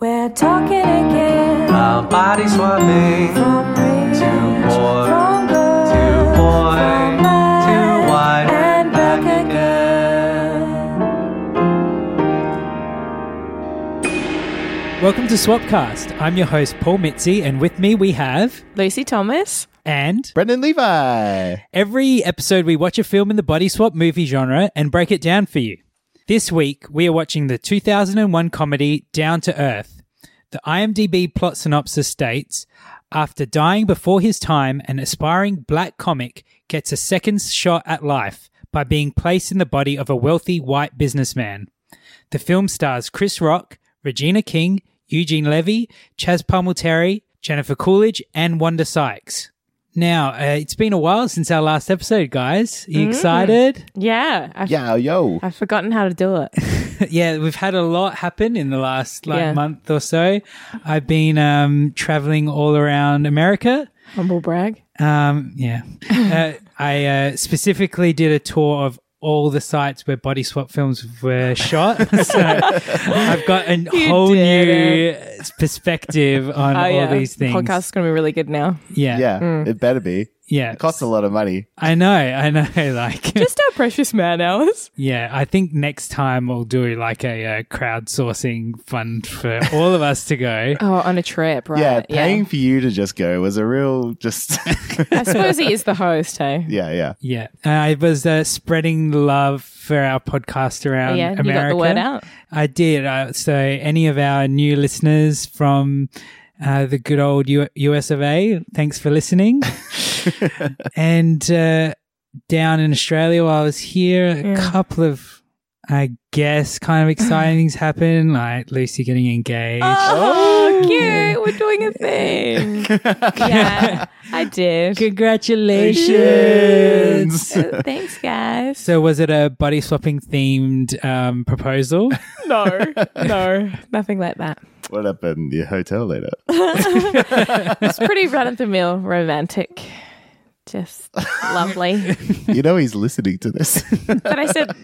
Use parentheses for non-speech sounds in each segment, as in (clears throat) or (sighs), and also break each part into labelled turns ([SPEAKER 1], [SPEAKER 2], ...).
[SPEAKER 1] We're talking again
[SPEAKER 2] Our body swapping
[SPEAKER 1] from real
[SPEAKER 2] to boy
[SPEAKER 1] from
[SPEAKER 2] to
[SPEAKER 1] good
[SPEAKER 2] boy to
[SPEAKER 1] bad,
[SPEAKER 2] wine
[SPEAKER 1] and
[SPEAKER 2] back
[SPEAKER 1] back
[SPEAKER 2] again.
[SPEAKER 3] Welcome to Swapcast. I'm your host, Paul Mitzi, and with me we have.
[SPEAKER 4] Lucy Thomas.
[SPEAKER 3] And
[SPEAKER 5] Brendan Levi.
[SPEAKER 3] every episode, we watch a film in the body swap movie genre and break it down for you. This week, we are watching the 2001 comedy Down to Earth. The IMDb plot synopsis states After dying before his time, an aspiring black comic gets a second shot at life by being placed in the body of a wealthy white businessman. The film stars Chris Rock, Regina King, Eugene Levy, Chaz Palmel Terry, Jennifer Coolidge, and Wanda Sykes. Now, uh, it's been a while since our last episode, guys. Are you excited? (laughs)
[SPEAKER 4] Yeah. I've,
[SPEAKER 5] Yeah, yo.
[SPEAKER 4] I've forgotten how to do it.
[SPEAKER 3] yeah, we've had a lot happen in the last like
[SPEAKER 4] Yeah.
[SPEAKER 3] month or so. I've been um, traveling all around America.
[SPEAKER 4] Humble brag.
[SPEAKER 3] Um, yeah. uh, I uh, specifically did a tour of all the sites where body swap films were shot. (laughs) so I've got a whole new perspective
[SPEAKER 4] Oh,
[SPEAKER 3] on all these things.
[SPEAKER 4] Podcast's going to be really good now.
[SPEAKER 3] Yeah. Yeah.
[SPEAKER 5] Yeah,
[SPEAKER 4] Mm.
[SPEAKER 5] it better be.
[SPEAKER 3] Yeah.
[SPEAKER 5] It costs a lot of money.
[SPEAKER 3] I know. I know. (laughs) Like,
[SPEAKER 4] (laughs) Just our precious man hours.
[SPEAKER 3] yeah, I think next time we'll do like a uh, crowdsourcing fund for all of us
[SPEAKER 4] (laughs)
[SPEAKER 3] to go.
[SPEAKER 4] Oh, on a trip, right?
[SPEAKER 5] Yeah, paying for you to just go was a real just. (laughs)
[SPEAKER 4] I suppose he is the host, hey?
[SPEAKER 5] yeah, yeah.
[SPEAKER 3] Yeah. I was uh, spreading the love for our podcast around
[SPEAKER 4] yeah, you got the
[SPEAKER 3] America.
[SPEAKER 4] word out.
[SPEAKER 3] I did. Uh, so, any of our new listeners from uh, the good old U- US of A, thanks
[SPEAKER 4] (laughs)
[SPEAKER 3] for listening. (laughs) and uh, down in Australia, while I was here, a couple of, I guess, kind of exciting things happened, like Lucy getting engaged.
[SPEAKER 4] Oh, cute. We're doing a thing. yeah, I did.
[SPEAKER 3] Congratulations!
[SPEAKER 4] Uh, Thanks, guys.
[SPEAKER 3] (laughs) so, was it a body swapping themed
[SPEAKER 4] (laughs)
[SPEAKER 3] um, proposal?
[SPEAKER 4] no, no, nothing like that.
[SPEAKER 5] What up in the
[SPEAKER 4] (laughs)
[SPEAKER 5] hotel later?
[SPEAKER 4] It's pretty run of the mill romantic. Just lovely.
[SPEAKER 5] You know he's listening to this. (laughs)
[SPEAKER 4] But I said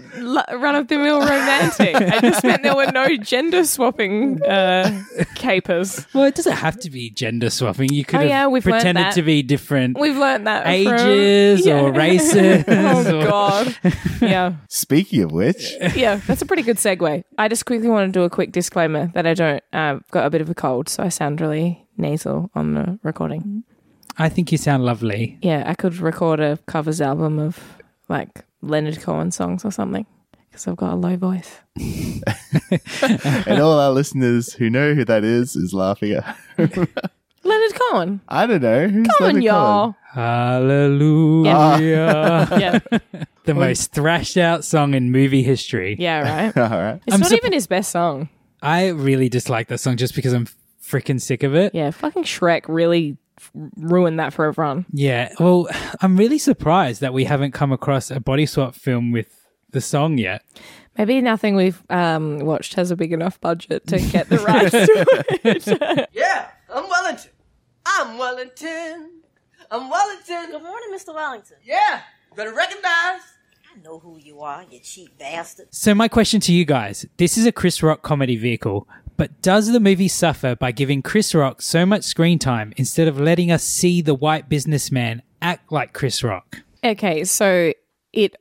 [SPEAKER 4] run of the mill romantic. I just meant there were no gender swapping uh, capers.
[SPEAKER 3] Well, it doesn't have to be gender swapping. You could
[SPEAKER 4] Oh,
[SPEAKER 3] have
[SPEAKER 4] yeah, we've learnt
[SPEAKER 3] pretended
[SPEAKER 4] that.
[SPEAKER 3] to be different
[SPEAKER 4] We've learned that from-
[SPEAKER 3] ages
[SPEAKER 4] Yeah.
[SPEAKER 3] or races.
[SPEAKER 4] (laughs) oh
[SPEAKER 3] or- (laughs)
[SPEAKER 4] god, yeah,
[SPEAKER 5] Speaking of which,
[SPEAKER 4] yeah. That's a pretty good segue. I just quickly want to do a quick disclaimer that I don't. I've got a bit of a cold, so I sound really nasal on the recording.
[SPEAKER 3] I think you sound lovely.
[SPEAKER 4] Yeah, I could record a covers album of like Leonard Cohen songs or something because I've got a low voice.
[SPEAKER 5] and all our listeners who know who that is is laughing at.
[SPEAKER 4] Leonard Cohen.
[SPEAKER 5] I don't know. Who's
[SPEAKER 4] Come on,
[SPEAKER 5] Leonard
[SPEAKER 4] y'all.
[SPEAKER 3] (laughs) Hallelujah.
[SPEAKER 4] Yeah,
[SPEAKER 3] the most thrashed out song in movie history.
[SPEAKER 4] yeah, right.
[SPEAKER 5] Cohen? (laughs) All right.
[SPEAKER 4] It's
[SPEAKER 3] I'm
[SPEAKER 4] not
[SPEAKER 3] supp-
[SPEAKER 4] even his best song.
[SPEAKER 3] I really dislike that song just because I'm freaking sick of it.
[SPEAKER 4] Yeah, fucking Shrek really f- ruined that for everyone.
[SPEAKER 3] Yeah. Well, (sighs) I'm really surprised that we haven't come across a body swap film with the song yet.
[SPEAKER 4] Maybe nothing we've um, watched has a big enough budget to get the rights to it.
[SPEAKER 6] Yeah, I'm Wellington. I'm Wellington. I'm Wellington. Good morning, Mr. Wellington. Yeah, better recognize. I know who you are, you cheap bastard.
[SPEAKER 3] So, my question to you guys this is a Chris Rock comedy vehicle, but does the movie suffer by giving Chris Rock so much screen time instead of letting us see the white businessman act like Chris Rock?
[SPEAKER 4] okay, so it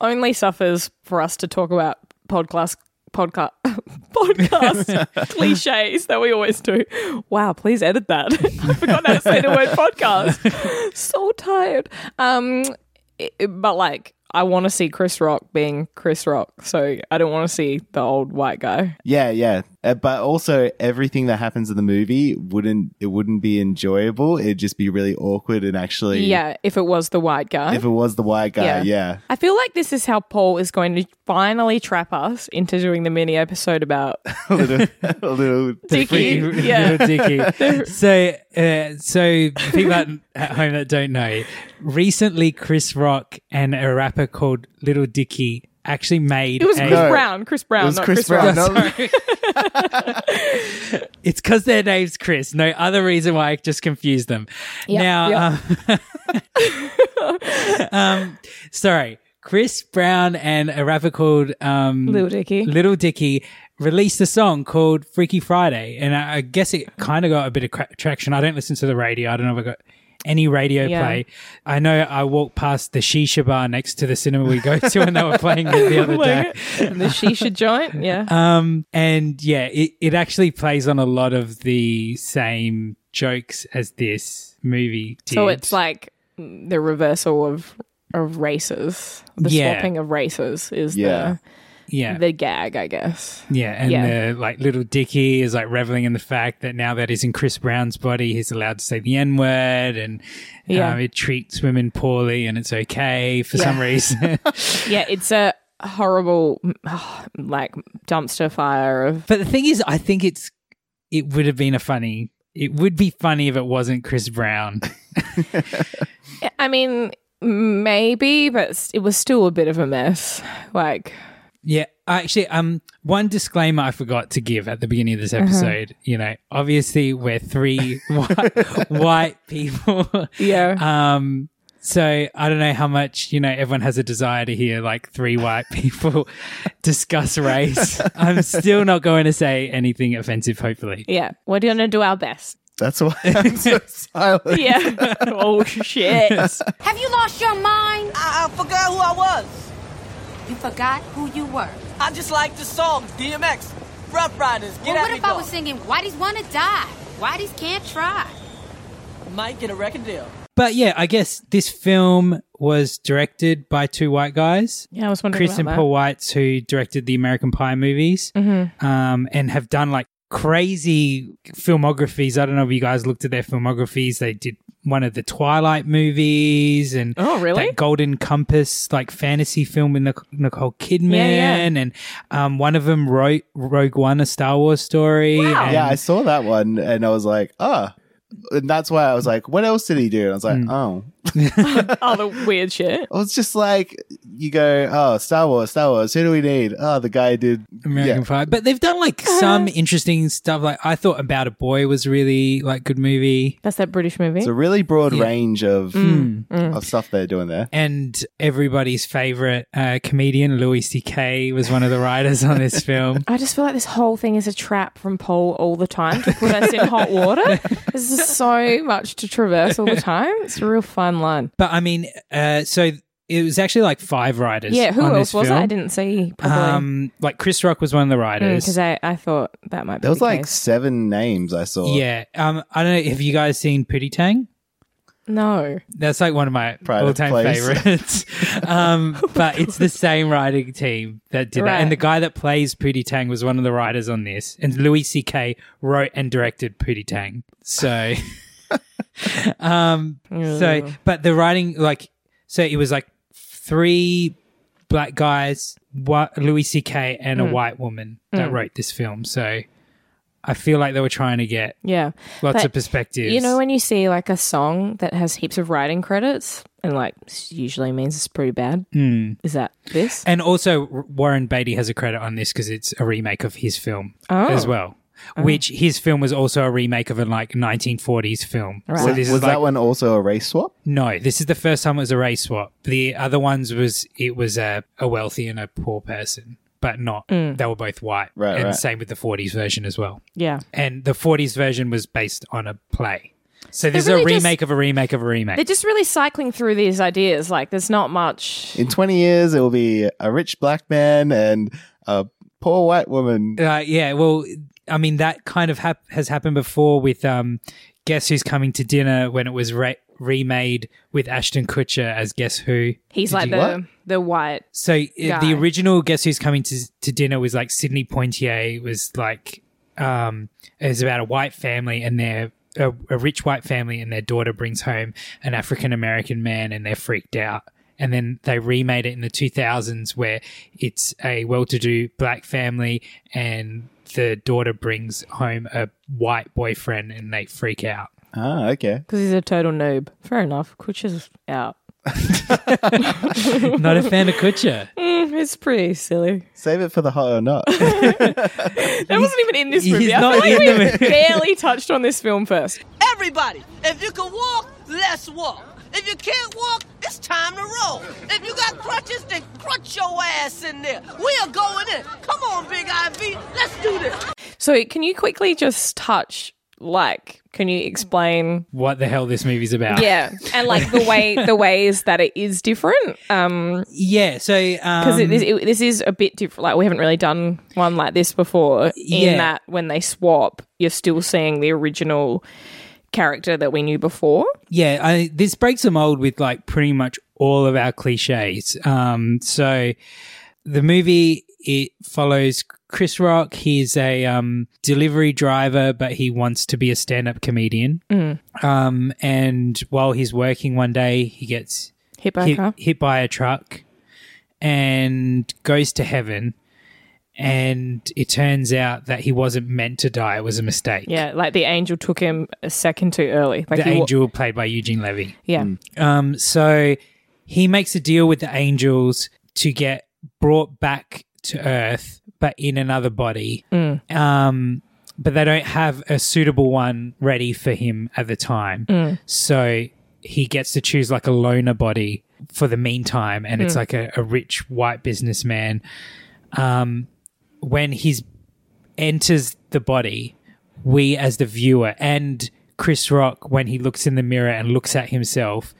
[SPEAKER 4] only suffers for us to talk about podcast podcast (laughs)
[SPEAKER 5] (laughs)
[SPEAKER 4] podcast cliches that we always do. Wow, please edit that. (laughs) I forgot how to say the
[SPEAKER 5] (laughs)
[SPEAKER 4] word podcast. So tired. Um, it- it- but like. I want to see Chris Rock being Chris Rock, so I don't want to see the old white guy.
[SPEAKER 5] Yeah, yeah. Uh, but also everything that happens in the movie wouldn't it wouldn't be enjoyable. It'd just be really awkward and actually
[SPEAKER 4] Yeah, if it was the white guy.
[SPEAKER 5] If it was the white guy,
[SPEAKER 4] Yeah.
[SPEAKER 5] yeah. (laughs)
[SPEAKER 4] I feel like this is how Paul is going to finally trap us into doing the mini episode
[SPEAKER 5] (laughs)
[SPEAKER 4] about
[SPEAKER 5] a little, a
[SPEAKER 4] (laughs)
[SPEAKER 5] little (laughs)
[SPEAKER 4] Dickie.
[SPEAKER 3] Little (laughs)
[SPEAKER 4] Yeah.
[SPEAKER 3] dicky. (laughs) So, uh, so people at, at home that don't know, recently Chris Rock and a rapper called Little Dicky actually made
[SPEAKER 4] It was
[SPEAKER 3] a-
[SPEAKER 4] Chris Brown. Chris Brown,
[SPEAKER 5] It was
[SPEAKER 4] not
[SPEAKER 5] Chris,
[SPEAKER 4] Chris,
[SPEAKER 5] Brown.
[SPEAKER 4] Rock.
[SPEAKER 5] No,
[SPEAKER 3] It's because their name's Chris. No other reason why I just confused them. now, Um, (laughs) um, sorry, Chris Brown and a rapper called um,
[SPEAKER 4] Little Dicky.
[SPEAKER 3] Little Dicky released a song called Freaky Friday, and I, I guess it kind of got a bit of cra- traction. I don't listen to the radio. I don't know if I got any radio
[SPEAKER 4] Yeah.
[SPEAKER 3] play. I know I walked past the shisha bar next to the cinema we go to, and they were playing it
[SPEAKER 4] (laughs)
[SPEAKER 3] the other day.
[SPEAKER 4] the shisha joint.
[SPEAKER 3] (laughs)
[SPEAKER 4] Yeah.
[SPEAKER 3] Um, and yeah, it, it actually plays on a lot of the same jokes as this movie did.
[SPEAKER 4] so it's like the reversal of of races. The
[SPEAKER 3] Yeah.
[SPEAKER 4] swapping of races is
[SPEAKER 5] Yeah.
[SPEAKER 3] yeah,
[SPEAKER 4] the the gag, I
[SPEAKER 3] (laughs)
[SPEAKER 4] guess.
[SPEAKER 3] yeah, and
[SPEAKER 4] yeah.
[SPEAKER 3] The, like little Dicky is like reveling in the fact that now that he's in Chris Brown's body, he's allowed to say the N word, and
[SPEAKER 4] Yeah.
[SPEAKER 3] um, it treats women poorly, and it's okay for
[SPEAKER 4] (laughs)
[SPEAKER 3] some reason. (laughs)
[SPEAKER 4] Yeah, it's a horrible (sighs) like dumpster fire of
[SPEAKER 3] but the thing is, I think it's it would have been a funny. It would be funny if it wasn't Chris Brown.
[SPEAKER 4] I mean, maybe, but s- it was still a bit of a mess. Like,
[SPEAKER 3] Yeah, actually, um, one disclaimer I forgot to give at the beginning of this episode. You know, obviously we're three (laughs) white, white people.
[SPEAKER 4] yeah,
[SPEAKER 3] Um, so I don't know how much you know. Everyone has a desire to hear like three white (laughs) people discuss race. I'm still not going to say anything offensive. Hopefully,
[SPEAKER 4] yeah. We're gonna do our best.
[SPEAKER 5] that's why
[SPEAKER 3] (laughs)
[SPEAKER 5] I'm so silent.
[SPEAKER 4] Yeah. (laughs) oh shit.
[SPEAKER 7] Have you lost your mind?
[SPEAKER 6] I, I forgot who I was.
[SPEAKER 7] You forgot who you were.
[SPEAKER 6] I just like the song, DMX. Rough Riders, get
[SPEAKER 7] well,
[SPEAKER 6] out
[SPEAKER 7] what if I was singing Whiteys Wanna Die? Whiteys Can't Try?
[SPEAKER 6] Mike get a record deal.
[SPEAKER 3] but yeah, I guess this film was directed by two white guys.
[SPEAKER 4] Yeah, I was wondering
[SPEAKER 3] Chris
[SPEAKER 4] about
[SPEAKER 3] and
[SPEAKER 4] that.
[SPEAKER 3] Paul Whites, who directed the American Pie movies,
[SPEAKER 4] Mm-hmm.
[SPEAKER 3] um, and have done like crazy filmographies. I don't know if you guys looked at their filmographies. They did one of the Twilight movies, and
[SPEAKER 4] Oh, really?
[SPEAKER 3] That Golden Compass like fantasy film with Nic- Nicole Kidman,
[SPEAKER 4] Yeah, yeah.
[SPEAKER 3] and um, one of them wrote Rogue One, a Star Wars story. and-
[SPEAKER 5] Yeah, I saw that one and I was like, ah. And that's why I was like, what else did he do? And I was
[SPEAKER 3] Hmm.
[SPEAKER 5] like, oh.
[SPEAKER 4] All Oh, the weird shit.
[SPEAKER 5] I was just like, you go, oh, Star Wars, Star Wars, who do we need? Oh, the guy did.
[SPEAKER 3] American
[SPEAKER 5] yeah.
[SPEAKER 3] Pie. But they've done like
[SPEAKER 4] Uh-huh.
[SPEAKER 3] some interesting stuff. Like I thought About a Boy was really like good movie.
[SPEAKER 4] That's that British movie.
[SPEAKER 5] It's a really broad range of,
[SPEAKER 3] Hmm.
[SPEAKER 5] of stuff they're doing there.
[SPEAKER 3] and everybody's favorite uh, comedian Louis C.K. was one of the writers
[SPEAKER 4] (laughs)
[SPEAKER 3] on this film.
[SPEAKER 4] I just feel like this whole thing is a trap from Paul all the time to put
[SPEAKER 3] (laughs)
[SPEAKER 4] us in hot water. There's just so much to traverse all the time. It's a real fine line.
[SPEAKER 3] But I mean, uh, so it was actually like five writers.
[SPEAKER 4] Yeah, who
[SPEAKER 3] on
[SPEAKER 4] else
[SPEAKER 3] this
[SPEAKER 4] was
[SPEAKER 3] film.
[SPEAKER 4] I? I didn't see probably
[SPEAKER 3] Um, like Chris Rock was one of the writers.
[SPEAKER 4] because I, I thought that might be
[SPEAKER 5] There was
[SPEAKER 4] the
[SPEAKER 5] like
[SPEAKER 4] case.
[SPEAKER 5] seven names I saw.
[SPEAKER 3] yeah, um, I don't know. Have you guys seen Pootie Tang?
[SPEAKER 4] no.
[SPEAKER 3] That's like one of my
[SPEAKER 5] Pride of
[SPEAKER 3] all-time
[SPEAKER 5] place.
[SPEAKER 3] favorites.
[SPEAKER 5] (laughs)
[SPEAKER 3] um, but it's the same writing team that did that,
[SPEAKER 4] Right.
[SPEAKER 3] and the guy that plays Pootie Tang was one of the writers on this, and Louis C.K. wrote and directed Pootie Tang.
[SPEAKER 5] (laughs)
[SPEAKER 3] So, um, so but the writing like so it was like three black guys, whi- Louis C.K. and
[SPEAKER 4] Mm.
[SPEAKER 3] a white woman that wrote this film. So. I feel like they were trying to get
[SPEAKER 4] Yeah.
[SPEAKER 3] lots
[SPEAKER 4] But
[SPEAKER 3] of perspectives.
[SPEAKER 4] You know when you see like a song that has heaps of writing credits and like s- usually means it's pretty bad. Mm. Is that this?
[SPEAKER 3] Hmm. And also, R- Warren Beatty has a credit on this because it's a remake of his film as
[SPEAKER 4] Oh.
[SPEAKER 3] well, which his film was also a remake of a like 1940s film. So
[SPEAKER 4] Right.
[SPEAKER 3] this
[SPEAKER 5] was
[SPEAKER 3] is like,
[SPEAKER 5] that one also a race swap?
[SPEAKER 3] no, this is the first time it was a race swap. The other ones was it was a, a wealthy and a poor person, but not
[SPEAKER 4] Mm.
[SPEAKER 3] they were both white.
[SPEAKER 5] Right,
[SPEAKER 3] and
[SPEAKER 5] right.
[SPEAKER 3] same with the 40s version as well.
[SPEAKER 4] yeah.
[SPEAKER 3] And the 40s version was based on a play. So this
[SPEAKER 4] really
[SPEAKER 3] is a
[SPEAKER 4] just-
[SPEAKER 3] remake of a remake of a remake.
[SPEAKER 4] They're just really cycling through these ideas. Like there's not much.
[SPEAKER 5] In 20 years, it will be a rich black man and a poor white woman.
[SPEAKER 3] Uh, yeah, well, I mean that kind of hap- has happened before with um, Guess Who's Coming to Dinner when it was re- remade with Ashton Kutcher as Guess Who.
[SPEAKER 4] He's like
[SPEAKER 5] you-
[SPEAKER 4] the
[SPEAKER 5] what?
[SPEAKER 4] the white.
[SPEAKER 3] So uh,
[SPEAKER 4] Guy.
[SPEAKER 3] the original Guess Who's Coming to, to Dinner was like Sydney Poitier was like um, is about a white family and their a, a rich white family and their daughter brings home an African American man and they're freaked out. And then they remade it in the 2000s where it's a well-to-do black family and the daughter brings home a white boyfriend and they freak out.
[SPEAKER 5] Ah, okay.
[SPEAKER 4] Because he's a total noob. Fair enough. Kutcher's out.
[SPEAKER 3] Not a fan of Kutcher.
[SPEAKER 4] Mm, (laughs) it's pretty silly.
[SPEAKER 5] Save it for the hot or not.
[SPEAKER 3] (laughs)
[SPEAKER 4] That wasn't even in this
[SPEAKER 3] He's
[SPEAKER 4] movie. I
[SPEAKER 3] not
[SPEAKER 4] feel like
[SPEAKER 3] in
[SPEAKER 4] we
[SPEAKER 3] the movie.
[SPEAKER 4] barely touched on this film first.
[SPEAKER 6] Everybody, if you can walk, let's walk. If you can't walk, it's time to roll. If you got crutches, then crutch your ass in there. We are going in. Come on, Big IV, let's do this.
[SPEAKER 4] So, can you quickly just touch, like, can you explain?
[SPEAKER 3] What the hell this movie's
[SPEAKER 4] (laughs)
[SPEAKER 3] about?
[SPEAKER 4] Yeah, and like the way the ways that it is different. Um,
[SPEAKER 3] Yeah, so um,
[SPEAKER 4] because this it, this is a bit different. Like we haven't really done one like this before.
[SPEAKER 3] Yeah.
[SPEAKER 4] In that when they swap, you're still seeing the original character that we knew before.
[SPEAKER 3] yeah, I, this breaks the mold with like pretty much all of our cliches. Um, so the movie it follows Chris Rock. He's a um, delivery driver, but he wants to be a stand-up comedian.
[SPEAKER 4] Mm.
[SPEAKER 3] Um, and while he's working one day, he gets
[SPEAKER 4] Hit by a
[SPEAKER 3] hit,
[SPEAKER 4] car.
[SPEAKER 3] hit by a truck and goes to heaven. And it turns out that he wasn't meant to die; it was a mistake.
[SPEAKER 4] Yeah, like the angel took him a second too early. Like
[SPEAKER 3] the
[SPEAKER 4] he wa-
[SPEAKER 3] angel played by Eugene Levy.
[SPEAKER 4] yeah,
[SPEAKER 3] Um, so he makes a deal with the angels to get brought back to Earth, but in another body. Um, but they don't have a suitable one ready for him at the time. So he gets to choose like a loner body for the meantime. And it's like a, a rich white businessman. Um, when he's enters the body, we as the viewer and Chris Rock, when he looks in the mirror and looks at himself,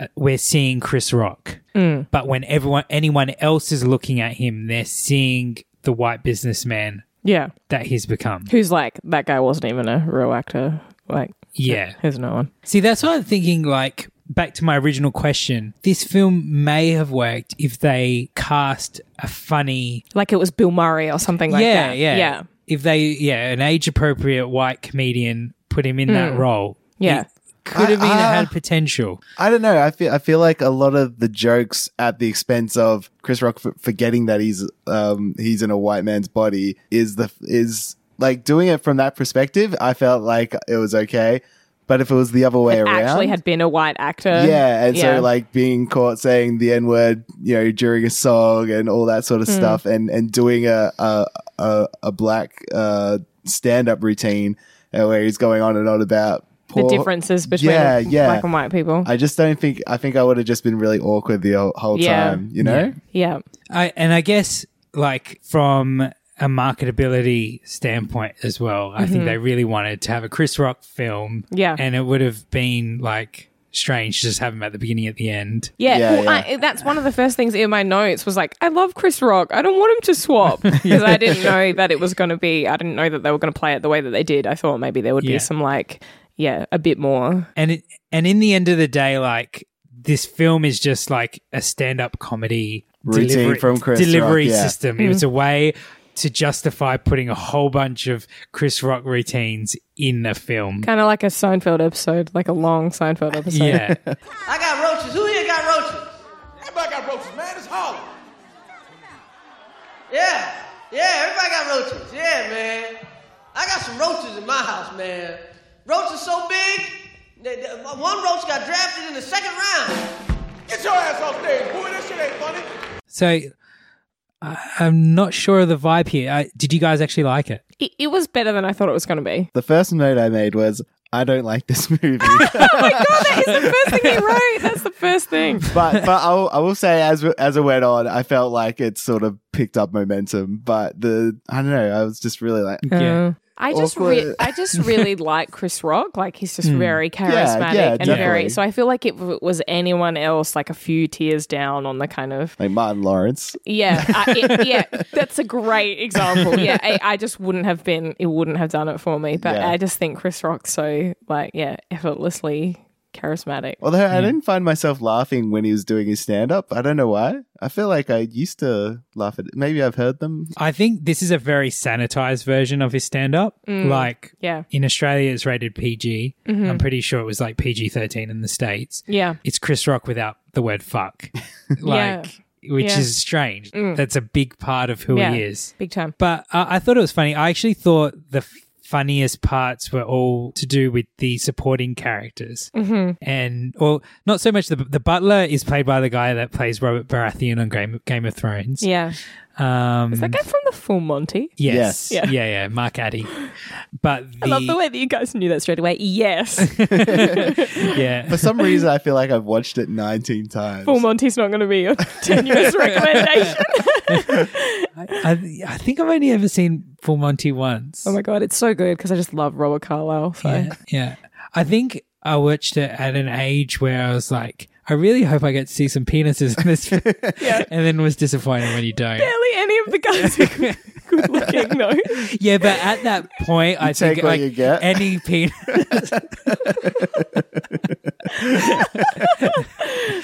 [SPEAKER 3] uh, we're seeing Chris Rock. But when everyone, anyone else is looking at him, they're seeing the white businessman
[SPEAKER 4] yeah.
[SPEAKER 3] that he's become.
[SPEAKER 4] Who's like that guy wasn't even a real actor. Like
[SPEAKER 3] Yeah.
[SPEAKER 4] who's no one.
[SPEAKER 3] See, that's what I'm thinking. Like, back to my original question, this film may have worked if they cast a funny
[SPEAKER 4] Like it was Bill Murray or something like
[SPEAKER 3] yeah,
[SPEAKER 4] that.
[SPEAKER 3] Yeah,
[SPEAKER 4] yeah.
[SPEAKER 3] If they, yeah, an age appropriate white comedian put him in that role.
[SPEAKER 4] Yeah.
[SPEAKER 3] It could have
[SPEAKER 5] I-
[SPEAKER 3] been
[SPEAKER 5] I-
[SPEAKER 3] had potential.
[SPEAKER 5] I don't know. I feel I feel like a lot of the jokes at the expense of Chris Rock f- forgetting that he's um he's in a white man's body is the is like doing it from that perspective. I felt like it was okay, but if it was the other way around,
[SPEAKER 4] Actually had been a white actor.
[SPEAKER 5] yeah, and
[SPEAKER 4] Yeah.
[SPEAKER 5] so like being caught saying the n word, you know, during a song and all that
[SPEAKER 4] Hmm.
[SPEAKER 5] sort of stuff, and and doing a a a, a black uh stand up routine uh, where he's going on and on about.
[SPEAKER 4] the
[SPEAKER 5] poor-
[SPEAKER 4] differences between
[SPEAKER 5] Yeah, yeah.
[SPEAKER 4] black and white people.
[SPEAKER 5] I just don't think I think I would have just been really awkward the whole, whole
[SPEAKER 4] Yeah.
[SPEAKER 5] time, you know?
[SPEAKER 4] yeah.
[SPEAKER 3] I and I guess like from a marketability standpoint as well, I think they really wanted to have a Chris Rock film.
[SPEAKER 4] Yeah.
[SPEAKER 3] and it would have been like strange to just have him at the beginning at the end.
[SPEAKER 4] Yeah,
[SPEAKER 5] Yeah,
[SPEAKER 4] well,
[SPEAKER 5] yeah.
[SPEAKER 4] I, that's one of the first things in my notes was like, I love Chris Rock. I don't want him to
[SPEAKER 3] (laughs)
[SPEAKER 4] swap because I didn't know that it was going to be. I didn't know that they were going to play it the way that they did. I thought maybe there would
[SPEAKER 3] Yeah.
[SPEAKER 4] be some like, yeah, a bit more.
[SPEAKER 3] And it and in the end of the day, like this film is just like a stand-up comedy
[SPEAKER 5] Routine from Chris
[SPEAKER 3] delivery
[SPEAKER 5] Rock, yeah.
[SPEAKER 3] system. It was a way to justify putting a whole bunch of Chris Rock routines in the film.
[SPEAKER 4] Kind of like a Seinfeld episode, like a long Seinfeld episode.
[SPEAKER 3] Yeah,
[SPEAKER 6] I got roaches. Who here got roaches?
[SPEAKER 8] Everybody got roaches, man. It's Harlem.
[SPEAKER 6] Yeah, yeah, everybody got roaches. Yeah, man. I got some roaches in my house, man. Roaches so big, that that one roach got drafted in the second round.
[SPEAKER 8] Get your ass off stage, boy. That shit ain't funny.
[SPEAKER 3] so I, I'm not sure of the vibe here. I, did you guys actually like it?
[SPEAKER 4] It, it was better than I thought it was going to (laughs) be.
[SPEAKER 5] The first note I made was I don't like this (laughs) movie.
[SPEAKER 4] That is the first thing he wrote. That's the first thing.
[SPEAKER 5] but but I will, I will say as we- as it went on, I felt like it sort of picked up momentum, but the I don't know, I was just really
[SPEAKER 4] Uh,
[SPEAKER 5] like
[SPEAKER 3] Yeah.
[SPEAKER 4] I just
[SPEAKER 5] Awkward.
[SPEAKER 4] re- I just really like Chris Rock. Like he's just very charismatic
[SPEAKER 5] yeah,
[SPEAKER 4] and
[SPEAKER 5] definitely.
[SPEAKER 4] very. So I feel like if it was anyone else, like a few tiers down on the kind of
[SPEAKER 5] like Martin Lawrence.
[SPEAKER 4] (laughs) yeah, I, it, yeah. That's a great example. Yeah, I, I just wouldn't have been. It wouldn't have done it for me. But
[SPEAKER 5] Yeah.
[SPEAKER 4] I just think Chris Rock's so like yeah, effortlessly charismatic.
[SPEAKER 5] Although I didn't find myself laughing when he was doing his stand up. I don't know why. I feel like I used to laugh at it. Maybe I've heard them.
[SPEAKER 3] I think this is a very sanitized version of his stand up.
[SPEAKER 4] Mm.
[SPEAKER 3] Like,
[SPEAKER 4] Yeah.
[SPEAKER 3] in Australia, it's rated PG. I'm pretty sure it was like PG 13 in the States.
[SPEAKER 4] Mm-hmm. Yeah.
[SPEAKER 3] It's Chris Rock without the word fuck,
[SPEAKER 4] (laughs) Yeah.
[SPEAKER 3] like, which
[SPEAKER 4] Yeah. Mm.
[SPEAKER 3] is strange. That's a big part of who
[SPEAKER 4] yeah.
[SPEAKER 3] he is.
[SPEAKER 4] Big time.
[SPEAKER 3] But uh, I thought it was funny. I actually thought the f- funniest parts were all to do with the supporting characters. Mm-hmm. And, well, not so much the, the butler is played by the guy that plays Robert Baratheon on Game, Game of Thrones.
[SPEAKER 4] Yeah.
[SPEAKER 3] Um,
[SPEAKER 4] Is that guy from the Full Monty? Yes.
[SPEAKER 3] Yes. Yeah.
[SPEAKER 4] Yeah.
[SPEAKER 3] yeah, Mark Addy. But the,
[SPEAKER 4] (laughs) I love the way that you guys knew that straight away. (laughs) Yes.
[SPEAKER 3] yeah,
[SPEAKER 4] (laughs)
[SPEAKER 5] For some reason, I feel like I've watched it 19 times.
[SPEAKER 4] Full Monty's not going to (laughs) be your tenuous recommendation.
[SPEAKER 3] I, I think I've only ever seen Full Monty once.
[SPEAKER 4] oh my God. It's so good because I just love Robert Carlyle. So.
[SPEAKER 3] yeah, yeah. I think I watched it at an age where I was like, I really hope I get to see some penises
[SPEAKER 4] (laughs)
[SPEAKER 3] in this, film. and then was disappointed when you don't.
[SPEAKER 4] Barely any of the guys (laughs) are good- good looking, though. (laughs)
[SPEAKER 3] Yeah, but at
[SPEAKER 5] (laughs)
[SPEAKER 3] that point, I
[SPEAKER 5] take
[SPEAKER 3] think
[SPEAKER 5] what
[SPEAKER 3] like
[SPEAKER 5] you get. (laughs)
[SPEAKER 3] any penis.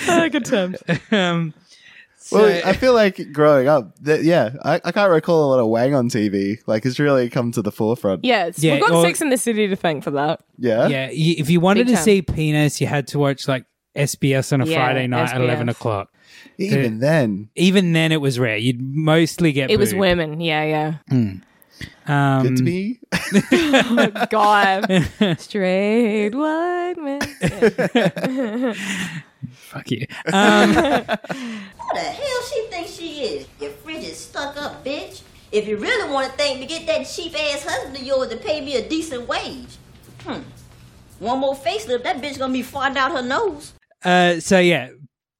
[SPEAKER 4] Oh, good terms.
[SPEAKER 3] um,
[SPEAKER 5] Well, I feel like growing up, that, yeah, I, I can't recall a lot of Wang on TV. Like, it's really come to the forefront.
[SPEAKER 4] Yeah, it's,
[SPEAKER 3] Yeah,
[SPEAKER 4] we've got
[SPEAKER 3] or-
[SPEAKER 4] Sex in the City to thank for that.
[SPEAKER 5] Yeah.
[SPEAKER 3] yeah, y- if you wanted
[SPEAKER 4] Big
[SPEAKER 3] to
[SPEAKER 4] time.
[SPEAKER 3] see penis, you had to watch like SBS on a
[SPEAKER 4] Yeah,
[SPEAKER 3] Friday night at
[SPEAKER 4] SBS.
[SPEAKER 3] eleven o'clock.
[SPEAKER 5] Even then,
[SPEAKER 3] Even then, it was rare. You'd mostly get
[SPEAKER 4] It was
[SPEAKER 3] boob.
[SPEAKER 4] women. Yeah, yeah.
[SPEAKER 3] Um,
[SPEAKER 5] good to be. (laughs)
[SPEAKER 4] God. (laughs) Straight white men.
[SPEAKER 3] (laughs) Fuck you. Uh,
[SPEAKER 6] Who the hell she thinks she is? Your fridge is stuck up, bitch. If you really want a thing to get that cheap ass husband of yours to pay me a decent wage. Hmm. One more facelift, that bitch gonna be farting out her nose.
[SPEAKER 3] Uh, so yeah,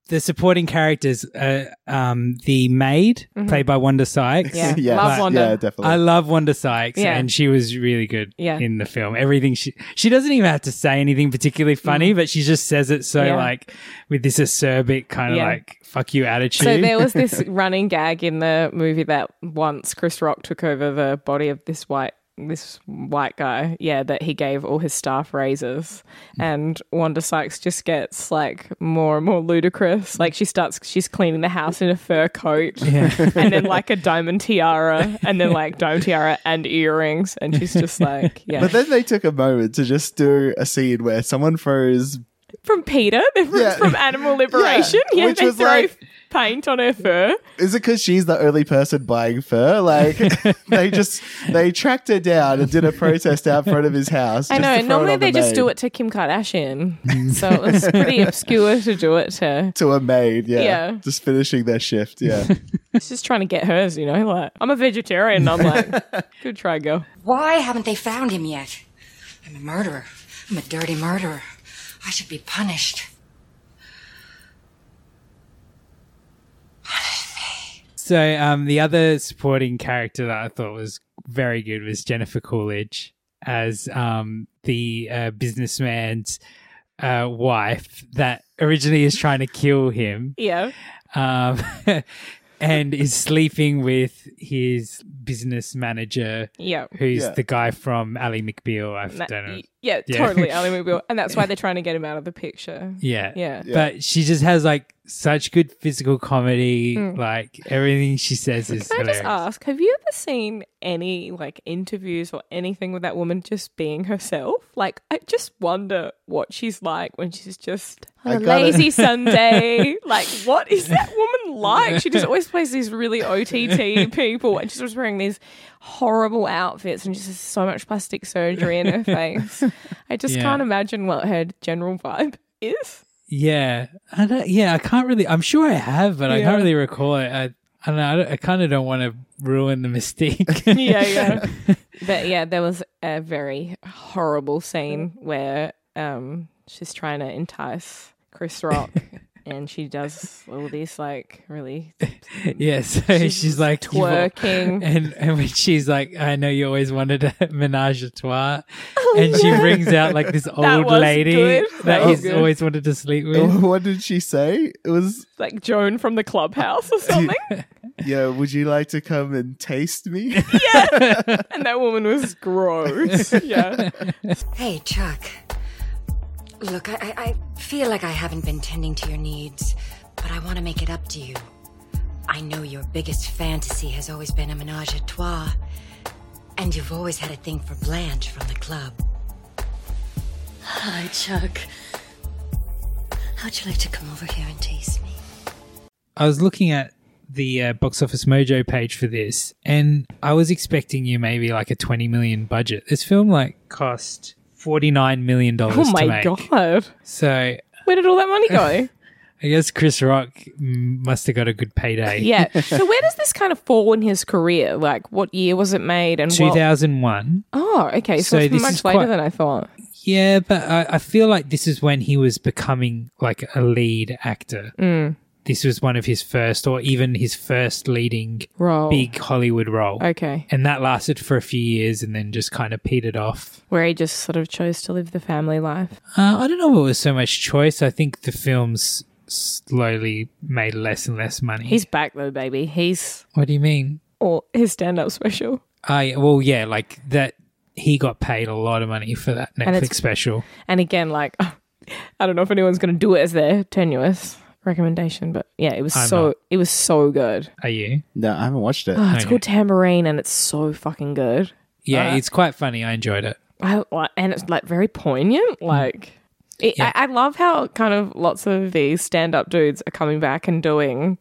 [SPEAKER 3] the supporting characters, uh, um, the maid played by Wanda Sykes.
[SPEAKER 4] Mm-hmm. Yeah.
[SPEAKER 5] Yeah.
[SPEAKER 4] Love Wanda.
[SPEAKER 5] Yeah, definitely.
[SPEAKER 3] I love Wanda Sykes,
[SPEAKER 4] Yeah.
[SPEAKER 3] and she was really good
[SPEAKER 4] Yeah.
[SPEAKER 3] in the film. Everything she she doesn't even have to say anything particularly funny, but she just says it so
[SPEAKER 4] Mm. Yeah.
[SPEAKER 3] like with this acerbic kind of
[SPEAKER 4] Yeah.
[SPEAKER 3] like "fuck you" attitude.
[SPEAKER 4] So there was
[SPEAKER 5] (laughs)
[SPEAKER 4] this running gag in the movie that once Chris Rock took over the body of this white this white guy, yeah, that he gave all his staff raises, and Wanda Sykes just gets like more and more ludicrous. Like she starts, she's cleaning the house in a fur coat, (laughs) and then like a diamond tiara, and then like diamond tiara and earrings, and she's just like, yeah,
[SPEAKER 5] But then they took a moment to just do a scene where someone throws
[SPEAKER 4] from Peter, they're from,
[SPEAKER 5] (laughs) Yeah.
[SPEAKER 4] from Animal Liberation, yeah,
[SPEAKER 5] which
[SPEAKER 4] they
[SPEAKER 5] was
[SPEAKER 4] throw
[SPEAKER 5] like-
[SPEAKER 4] paint on her fur.
[SPEAKER 5] Is it because she's the only person buying fur?
[SPEAKER 4] (laughs)
[SPEAKER 5] Like (laughs) they just they tracked her down and did a protest out front of his house.
[SPEAKER 4] I
[SPEAKER 5] just to
[SPEAKER 4] know.
[SPEAKER 5] throw
[SPEAKER 4] Normally
[SPEAKER 5] on the
[SPEAKER 4] they just do
[SPEAKER 5] maid-
[SPEAKER 4] it to Kim
[SPEAKER 5] (laughs)
[SPEAKER 4] Kardashian, so it was pretty obscure to do it to.
[SPEAKER 5] to a maid. Yeah,
[SPEAKER 4] Yeah.
[SPEAKER 5] just finishing their
[SPEAKER 4] (laughs)
[SPEAKER 5] shift. Yeah, (laughs)
[SPEAKER 4] It's just trying to get hers, you know. Like I'm a vegetarian. I'm like,
[SPEAKER 5] (laughs)
[SPEAKER 4] good try, girl.
[SPEAKER 7] Why haven't they found him yet? I'm a murderer. I'm a dirty murderer. I should be punished.
[SPEAKER 3] So um, the other supporting character that I thought was very good was Jennifer Coolidge as um, the uh, businessman's uh, wife that originally is trying to kill him
[SPEAKER 4] Yeah,
[SPEAKER 3] um, (laughs) and is sleeping with his business manager,
[SPEAKER 4] yeah.
[SPEAKER 3] who's
[SPEAKER 5] Yeah.
[SPEAKER 3] the guy from Ali McBeal. I
[SPEAKER 4] That-
[SPEAKER 3] don't know.
[SPEAKER 4] y- yeah,
[SPEAKER 3] Yeah.
[SPEAKER 5] (laughs)
[SPEAKER 4] totally, Ali McBeal, and that's why they're trying to get him out of the picture.
[SPEAKER 3] Yeah.
[SPEAKER 4] Yeah. Yeah.
[SPEAKER 3] But she just has like such good physical comedy. Like everything she says
[SPEAKER 4] Hmm.
[SPEAKER 3] is
[SPEAKER 4] Can I
[SPEAKER 3] hilarious.
[SPEAKER 4] just ask, have you ever seen any like interviews or anything with that woman just being herself? Like, I just wonder what she's like when she's just on
[SPEAKER 5] I
[SPEAKER 4] a
[SPEAKER 5] gotta- (laughs)
[SPEAKER 4] lazy Sunday. like, what is that woman like? She just always plays these really
[SPEAKER 5] (laughs)
[SPEAKER 4] OTT people and she's always wearing these horrible outfits and just has so much plastic surgery in
[SPEAKER 5] (laughs)
[SPEAKER 4] her face. I just
[SPEAKER 3] Yeah.
[SPEAKER 4] can't imagine what her general vibe is.
[SPEAKER 3] Yeah, I don't. Yeah, I can't really. I'm sure I have, but I
[SPEAKER 4] Yeah.
[SPEAKER 3] can't really recall it. I, I don't know. I, don't- I kind of don't want to ruin
[SPEAKER 4] (laughs)
[SPEAKER 3] the mystique.
[SPEAKER 4] yeah, yeah. But yeah, there was a very horrible scene
[SPEAKER 3] Mm.
[SPEAKER 4] where um she's trying to entice Chris
[SPEAKER 3] (laughs)
[SPEAKER 4] Rock and she does all these like
[SPEAKER 3] (laughs)
[SPEAKER 4] really
[SPEAKER 3] (laughs) yeah, so she's, like "You've al-
[SPEAKER 4] twerking.
[SPEAKER 3] (laughs) and and when she's like, I know you always wanted a (laughs) menage a trois, and she brings out like
[SPEAKER 4] (laughs)
[SPEAKER 3] this old
[SPEAKER 4] Oh, was
[SPEAKER 3] lady
[SPEAKER 4] good. That
[SPEAKER 3] that
[SPEAKER 4] was
[SPEAKER 3] he's
[SPEAKER 4] good.
[SPEAKER 3] always wanted to sleep with.
[SPEAKER 5] what did she say? It was
[SPEAKER 4] like Joan from the clubhouse or something.
[SPEAKER 5] yeah. Would you like to come and taste
[SPEAKER 4] (laughs) (laughs)
[SPEAKER 3] (laughs)
[SPEAKER 5] me?
[SPEAKER 4] and that woman was gross. Yeah.
[SPEAKER 7] Hey, Chuck. Look, I, I, I feel like I haven't been tending to your needs, but I want to make it up to you. I know your biggest fantasy has always been a menage a trois, and you've always had a thing for Blanche from the club. Hi, Chuck. How'd you like to come over here and taste me?
[SPEAKER 3] I was looking at the uh, box office mojo page for this, and I was expecting you maybe like a twenty million budget. This film like cost forty nine million dollars.
[SPEAKER 4] Oh my god.
[SPEAKER 3] So I
[SPEAKER 4] Where did all that money
[SPEAKER 3] (laughs)
[SPEAKER 4] go?
[SPEAKER 3] guess Chris Rock mm, must have got a good payday.
[SPEAKER 4] yeah. So where does this kind of fall in his career? Like what year was it made and
[SPEAKER 3] two
[SPEAKER 4] what?
[SPEAKER 3] thousand one.
[SPEAKER 4] Oh, okay.
[SPEAKER 3] So
[SPEAKER 4] So, it's
[SPEAKER 3] this
[SPEAKER 4] much
[SPEAKER 3] is
[SPEAKER 4] later
[SPEAKER 3] quite-
[SPEAKER 4] than I thought.
[SPEAKER 3] Yeah, but I, I feel like this is when he was becoming like a lead actor.
[SPEAKER 4] Mm.
[SPEAKER 3] This was one of his first, or even his first leading
[SPEAKER 4] Role.
[SPEAKER 3] big Hollywood role.
[SPEAKER 4] Okay.
[SPEAKER 3] And that lasted for a few years and then just kind of petered off.
[SPEAKER 4] Where he just sort of chose to live the family life.
[SPEAKER 3] Uh, I don't know if it was so much choice. I think the films slowly made less and less money.
[SPEAKER 4] He's back though, baby. He's
[SPEAKER 3] what do you mean?
[SPEAKER 4] or his stand up special.
[SPEAKER 3] I well, yeah, like that. He got paid a lot of money for that Netflix
[SPEAKER 4] it's-
[SPEAKER 3] special.
[SPEAKER 4] And again, like I don't know if anyone's gonna do it as their tenuous recommendation, but yeah, it was
[SPEAKER 3] I'm
[SPEAKER 4] so
[SPEAKER 3] not.
[SPEAKER 4] it was so good.
[SPEAKER 3] Are you?
[SPEAKER 5] No, I haven't
[SPEAKER 4] (sighs)
[SPEAKER 5] watched it.
[SPEAKER 4] Oh, it's
[SPEAKER 3] Okay.
[SPEAKER 4] called Tambourine and it's so fucking good.
[SPEAKER 3] Yeah,
[SPEAKER 4] Uh,
[SPEAKER 3] it's quite funny. I enjoyed it.
[SPEAKER 4] I like, and it's like very poignant.
[SPEAKER 3] Mm.
[SPEAKER 4] Like, it, I, I love how kind of lots of these stand-up dudes are coming back and doing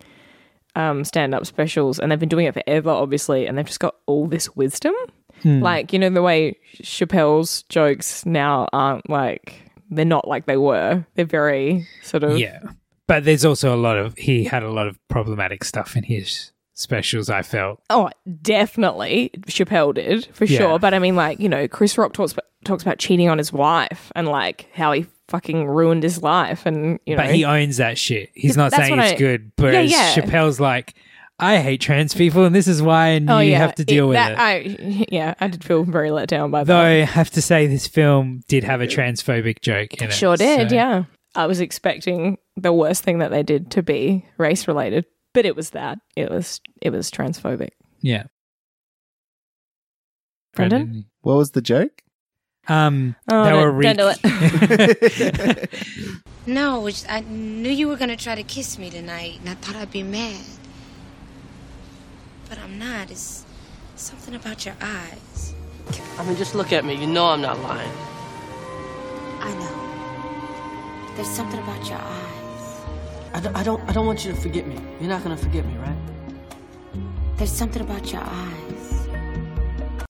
[SPEAKER 4] um, stand-up specials, and they've been doing it forever, obviously, and they've just got all this wisdom.
[SPEAKER 3] Hmm.
[SPEAKER 4] Like, you know, the way Chappelle's jokes now aren't like they're not like they were. They're very sort of
[SPEAKER 3] Yeah. But there's also a lot of he had a lot of problematic stuff in his specials, I felt.
[SPEAKER 4] Oh, definitely. Chappelle did for
[SPEAKER 3] Yeah.
[SPEAKER 4] sure. But I mean, like you know, Chris Rock talks talks about cheating on his wife and like how he fucking ruined his life, and you know,
[SPEAKER 3] But he owns that shit. He's not
[SPEAKER 4] that's
[SPEAKER 3] saying
[SPEAKER 4] what
[SPEAKER 3] it's
[SPEAKER 4] I-
[SPEAKER 3] good.
[SPEAKER 4] Yeah,
[SPEAKER 3] Whereas
[SPEAKER 4] yeah.
[SPEAKER 3] Chappelle's like, I hate trans people and this is why and you have to deal with
[SPEAKER 4] Oh, that,
[SPEAKER 3] it.
[SPEAKER 4] I, (laughs) yeah, I did feel very let down by
[SPEAKER 3] Though
[SPEAKER 4] that.
[SPEAKER 3] I have to say this film did have a transphobic joke in it.
[SPEAKER 4] Sure did.
[SPEAKER 3] so-
[SPEAKER 4] Yeah, I was expecting the worst thing that they did to be race related, but it was that. It was it was transphobic.
[SPEAKER 3] Yeah.
[SPEAKER 4] Brendan?
[SPEAKER 5] What was the joke?
[SPEAKER 3] Um
[SPEAKER 4] Oh,
[SPEAKER 3] they
[SPEAKER 4] no,
[SPEAKER 3] were re- (laughs)
[SPEAKER 4] don't do
[SPEAKER 3] it.
[SPEAKER 7] No, it's- I knew you were gonna try to kiss me tonight, and I thought I'd be mad. But I'm not. It's something about your eyes.
[SPEAKER 6] I mean, just look at me. You know I'm not lying.
[SPEAKER 7] I know. There's something about your eyes.
[SPEAKER 6] I don't, I don't, I don't want you to forget me. You're not gonna forget me, right?
[SPEAKER 7] There's something about your eyes.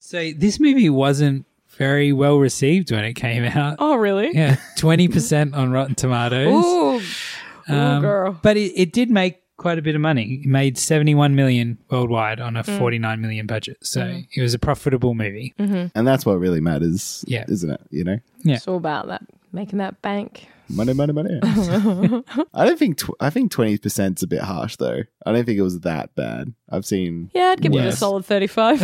[SPEAKER 3] so this movie wasn't very well received when it came out.
[SPEAKER 4] Oh, really?
[SPEAKER 3] Yeah, twenty percent on Rotten Tomatoes.
[SPEAKER 4] Ooh,
[SPEAKER 3] Um,
[SPEAKER 4] girl.
[SPEAKER 3] But it, it did make quite a bit of money. It made 71 million worldwide on a
[SPEAKER 4] Mm.
[SPEAKER 3] 49 million budget. So
[SPEAKER 4] Mm-hmm.
[SPEAKER 3] it was a profitable movie.
[SPEAKER 4] Mm.
[SPEAKER 5] And that's what really matters,
[SPEAKER 3] Yeah.
[SPEAKER 5] isn't it? You know,
[SPEAKER 4] it's all about that making that bank.
[SPEAKER 5] money, money,
[SPEAKER 4] (laughs)
[SPEAKER 5] money. I don't think tw- I think twenty percent's a bit harsh though. I don't think it was that bad. I've seen.
[SPEAKER 4] Yeah, I'd give it a
[SPEAKER 5] Yes.
[SPEAKER 4] solid
[SPEAKER 3] (laughs)
[SPEAKER 4] 35.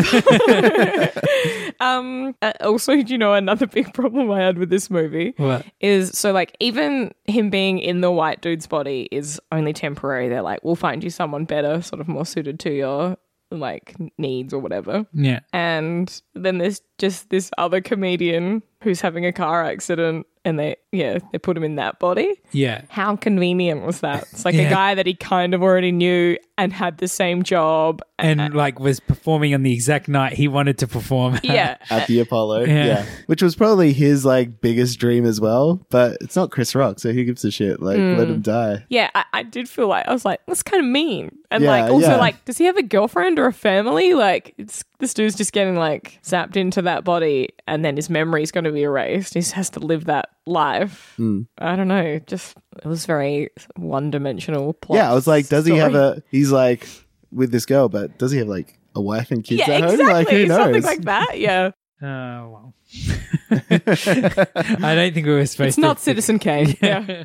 [SPEAKER 4] um, uh, also, you know, another big (laughs) problem I had with this movie
[SPEAKER 3] What?
[SPEAKER 4] is so, like, even him being in the white dude's body is only temporary. They're like, we'll find you someone better, sort of more suited to your, like, needs or whatever.
[SPEAKER 3] Yeah.
[SPEAKER 4] And then there's just this other comedian who's having a car accident and they, yeah, they put him in that body.
[SPEAKER 3] Yeah.
[SPEAKER 4] How convenient was that? It's like
[SPEAKER 3] Yeah.
[SPEAKER 4] a guy that he kind of already knew and had the same job.
[SPEAKER 3] And like was performing on the exact night he wanted to perform. at.
[SPEAKER 5] (laughs)
[SPEAKER 4] Yeah.
[SPEAKER 5] At the Apollo,
[SPEAKER 3] Yeah.
[SPEAKER 5] yeah. which was probably his like biggest dream as well. But it's not Chris Rock, so who gives a shit? Like, let
[SPEAKER 4] Mm.
[SPEAKER 5] him die.
[SPEAKER 4] yeah, I, I did feel like I was like, that's kind of mean. And
[SPEAKER 5] Yeah,
[SPEAKER 4] like, also,
[SPEAKER 5] yeah.
[SPEAKER 4] like, does he have a girlfriend or a family? Like, it's, this dude's just getting like zapped into that body, and then his memory's going to be erased. He just has to live that life.
[SPEAKER 5] Hmm.
[SPEAKER 4] I don't know. Just it was very one dimensional plot.
[SPEAKER 5] Yeah, I was like, does he have
[SPEAKER 4] story.
[SPEAKER 5] a? He's like with this girl, but does he have like a wife and kids
[SPEAKER 4] Yeah,
[SPEAKER 5] at
[SPEAKER 4] exactly.
[SPEAKER 5] home? Like, who knows?
[SPEAKER 4] Something like that.
[SPEAKER 5] (laughs)
[SPEAKER 4] Yeah,
[SPEAKER 3] Oh, well. I don't think we were supposed
[SPEAKER 4] it's
[SPEAKER 3] to.
[SPEAKER 4] not Citizen Kane. Yeah,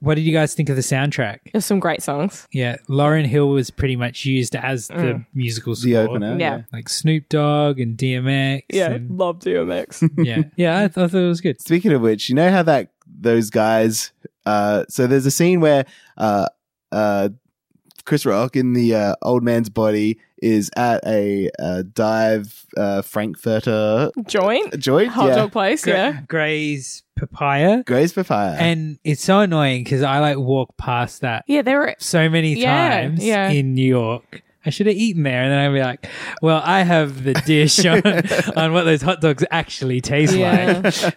[SPEAKER 3] what did you guys think of the soundtrack?
[SPEAKER 4] there's some great songs.
[SPEAKER 3] Yeah. Lauren Hill was pretty much used as the
[SPEAKER 4] Mm.
[SPEAKER 3] musical score.
[SPEAKER 5] the opener.
[SPEAKER 4] Yeah.
[SPEAKER 3] Like Snoop Dogg and DMX.
[SPEAKER 4] Yeah,
[SPEAKER 3] And,
[SPEAKER 4] love
[SPEAKER 5] (laughs)
[SPEAKER 4] DMX. (laughs)
[SPEAKER 3] yeah. Yeah. I, th- I thought it was good.
[SPEAKER 5] Speaking of which, you know how that those guys. Uh, so there's a scene where uh, uh, Chris Rock in the uh, old man's body is at a uh, dive uh, Frankfurter
[SPEAKER 4] Joint?
[SPEAKER 5] joint.
[SPEAKER 4] Hot
[SPEAKER 5] yeah.
[SPEAKER 4] dog place, yeah.
[SPEAKER 3] Gray's papaya.
[SPEAKER 5] Gray's papaya.
[SPEAKER 3] And it's so annoying because I like walk past that
[SPEAKER 4] Yeah, there were.
[SPEAKER 3] so many
[SPEAKER 4] Yeah,
[SPEAKER 3] times
[SPEAKER 4] yeah.
[SPEAKER 3] in New York. I should have eaten there, and then I'd be like, "Well, I have the
[SPEAKER 4] (laughs)
[SPEAKER 3] dish on, on what those hot dogs actually taste like."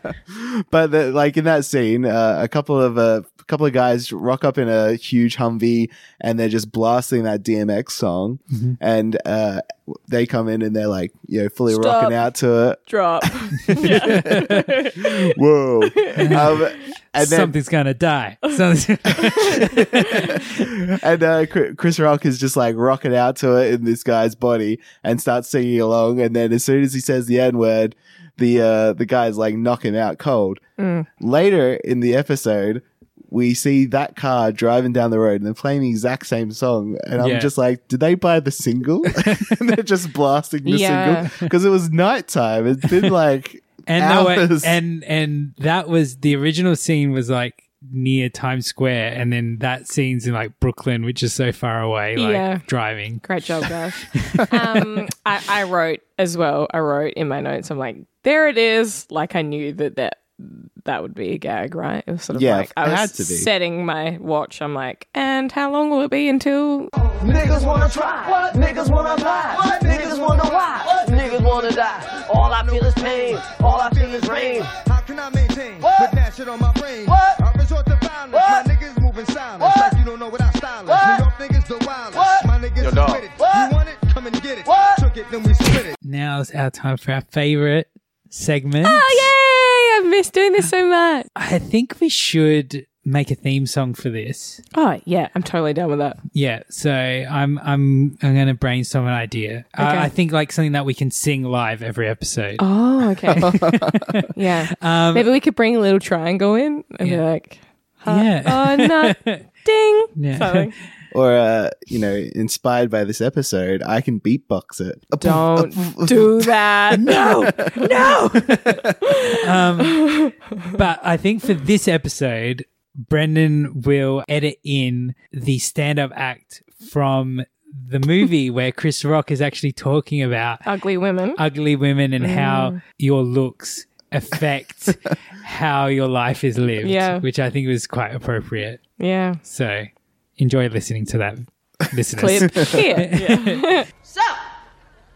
[SPEAKER 4] Yeah.
[SPEAKER 5] but the, like in that scene, uh, a couple of uh, a couple of guys rock up in a huge Humvee and they're just blasting that DMX song, and uh, they come in and they're like, you know, fully
[SPEAKER 4] Stop.
[SPEAKER 5] rocking out to it.
[SPEAKER 4] Drop. (laughs)
[SPEAKER 5] Whoa! um, and then
[SPEAKER 3] Something's gonna die. Something's-
[SPEAKER 5] and uh, Chr- Chris Rock is just like rocking out to it in this guy's body and starts singing along, and then as soon as he says the N word, the uh, the guy's like knocking out cold.
[SPEAKER 4] Mm.
[SPEAKER 5] Later in the episode, we see that car driving down the road and they're playing the exact same song. And I'm
[SPEAKER 3] Yeah.
[SPEAKER 5] just like, did they buy
[SPEAKER 3] (laughs)
[SPEAKER 5] the single? (laughs) and they're just blasting the
[SPEAKER 4] Yeah.
[SPEAKER 5] single because it was nighttime. It's been like
[SPEAKER 3] (laughs) and no,
[SPEAKER 5] hours.
[SPEAKER 3] and and that was the original scene was like near Times Square, and then that scene's in like Brooklyn, which is so far away, like
[SPEAKER 4] Yeah.
[SPEAKER 3] driving.
[SPEAKER 4] Great job, guys.
[SPEAKER 5] (laughs)
[SPEAKER 4] um, I, I wrote as well. I wrote in my notes. I'm like, there it is. Like I knew that that that would be a gag, right? It was sort of
[SPEAKER 5] Yeah,
[SPEAKER 4] like I
[SPEAKER 5] it
[SPEAKER 4] was
[SPEAKER 5] had to be.
[SPEAKER 4] setting my watch. I'm like, and how long will it be until?
[SPEAKER 2] Niggas wanna try. What? Niggas wanna lie. What? Niggas wanna why.
[SPEAKER 6] What niggas wanna die? All I feel is pain. All I feel is rain.
[SPEAKER 2] How can I maintain
[SPEAKER 6] What?
[SPEAKER 2] with that shit on my brain?
[SPEAKER 6] What?
[SPEAKER 2] I resort to violence.
[SPEAKER 6] What?
[SPEAKER 2] My niggas moving silent.
[SPEAKER 6] What?
[SPEAKER 2] Like you don't know what I style is.
[SPEAKER 6] What?
[SPEAKER 2] New York niggas the wildest.
[SPEAKER 6] What?
[SPEAKER 2] My niggas is with it.
[SPEAKER 6] What?
[SPEAKER 2] You want it? Come and get it.
[SPEAKER 6] What?
[SPEAKER 2] Took it, then we split it.
[SPEAKER 3] Now's our time for our favorite segment.
[SPEAKER 4] Oh yay! I miss doing this so much.
[SPEAKER 3] I think we should make a theme song for this.
[SPEAKER 4] Oh yeah, I'm totally done with that.
[SPEAKER 3] Yeah, so I'm I'm I'm going to brainstorm an idea. Uh,
[SPEAKER 4] Okay.
[SPEAKER 3] I think like something that we can sing live every episode.
[SPEAKER 4] Oh okay.
[SPEAKER 5] (laughs)
[SPEAKER 4] yeah.
[SPEAKER 5] Um,
[SPEAKER 4] Maybe we could bring a little triangle in and be
[SPEAKER 3] Yeah.
[SPEAKER 5] (laughs)
[SPEAKER 4] like,
[SPEAKER 3] yeah.
[SPEAKER 4] oh no, ding.
[SPEAKER 3] Yeah.
[SPEAKER 4] Something.
[SPEAKER 5] or uh, you know, inspired by this episode, I can beatbox it. (laughs)
[SPEAKER 4] Don't do that. no, no.
[SPEAKER 3] but I think for this episode, Brendan will edit in the stand-up act from the
[SPEAKER 4] (laughs)
[SPEAKER 3] movie where Chris Rock is actually talking about
[SPEAKER 4] Ugly
[SPEAKER 5] Uh,
[SPEAKER 4] women.
[SPEAKER 3] ugly women and
[SPEAKER 4] Mm.
[SPEAKER 3] how your looks
[SPEAKER 4] (laughs)
[SPEAKER 3] affect how your life is lived,
[SPEAKER 4] Yeah.
[SPEAKER 3] which I think was quite appropriate.
[SPEAKER 4] Yeah.
[SPEAKER 3] So enjoy listening to that, listeners.
[SPEAKER 4] Clip
[SPEAKER 5] (laughs)
[SPEAKER 4] here.
[SPEAKER 6] So,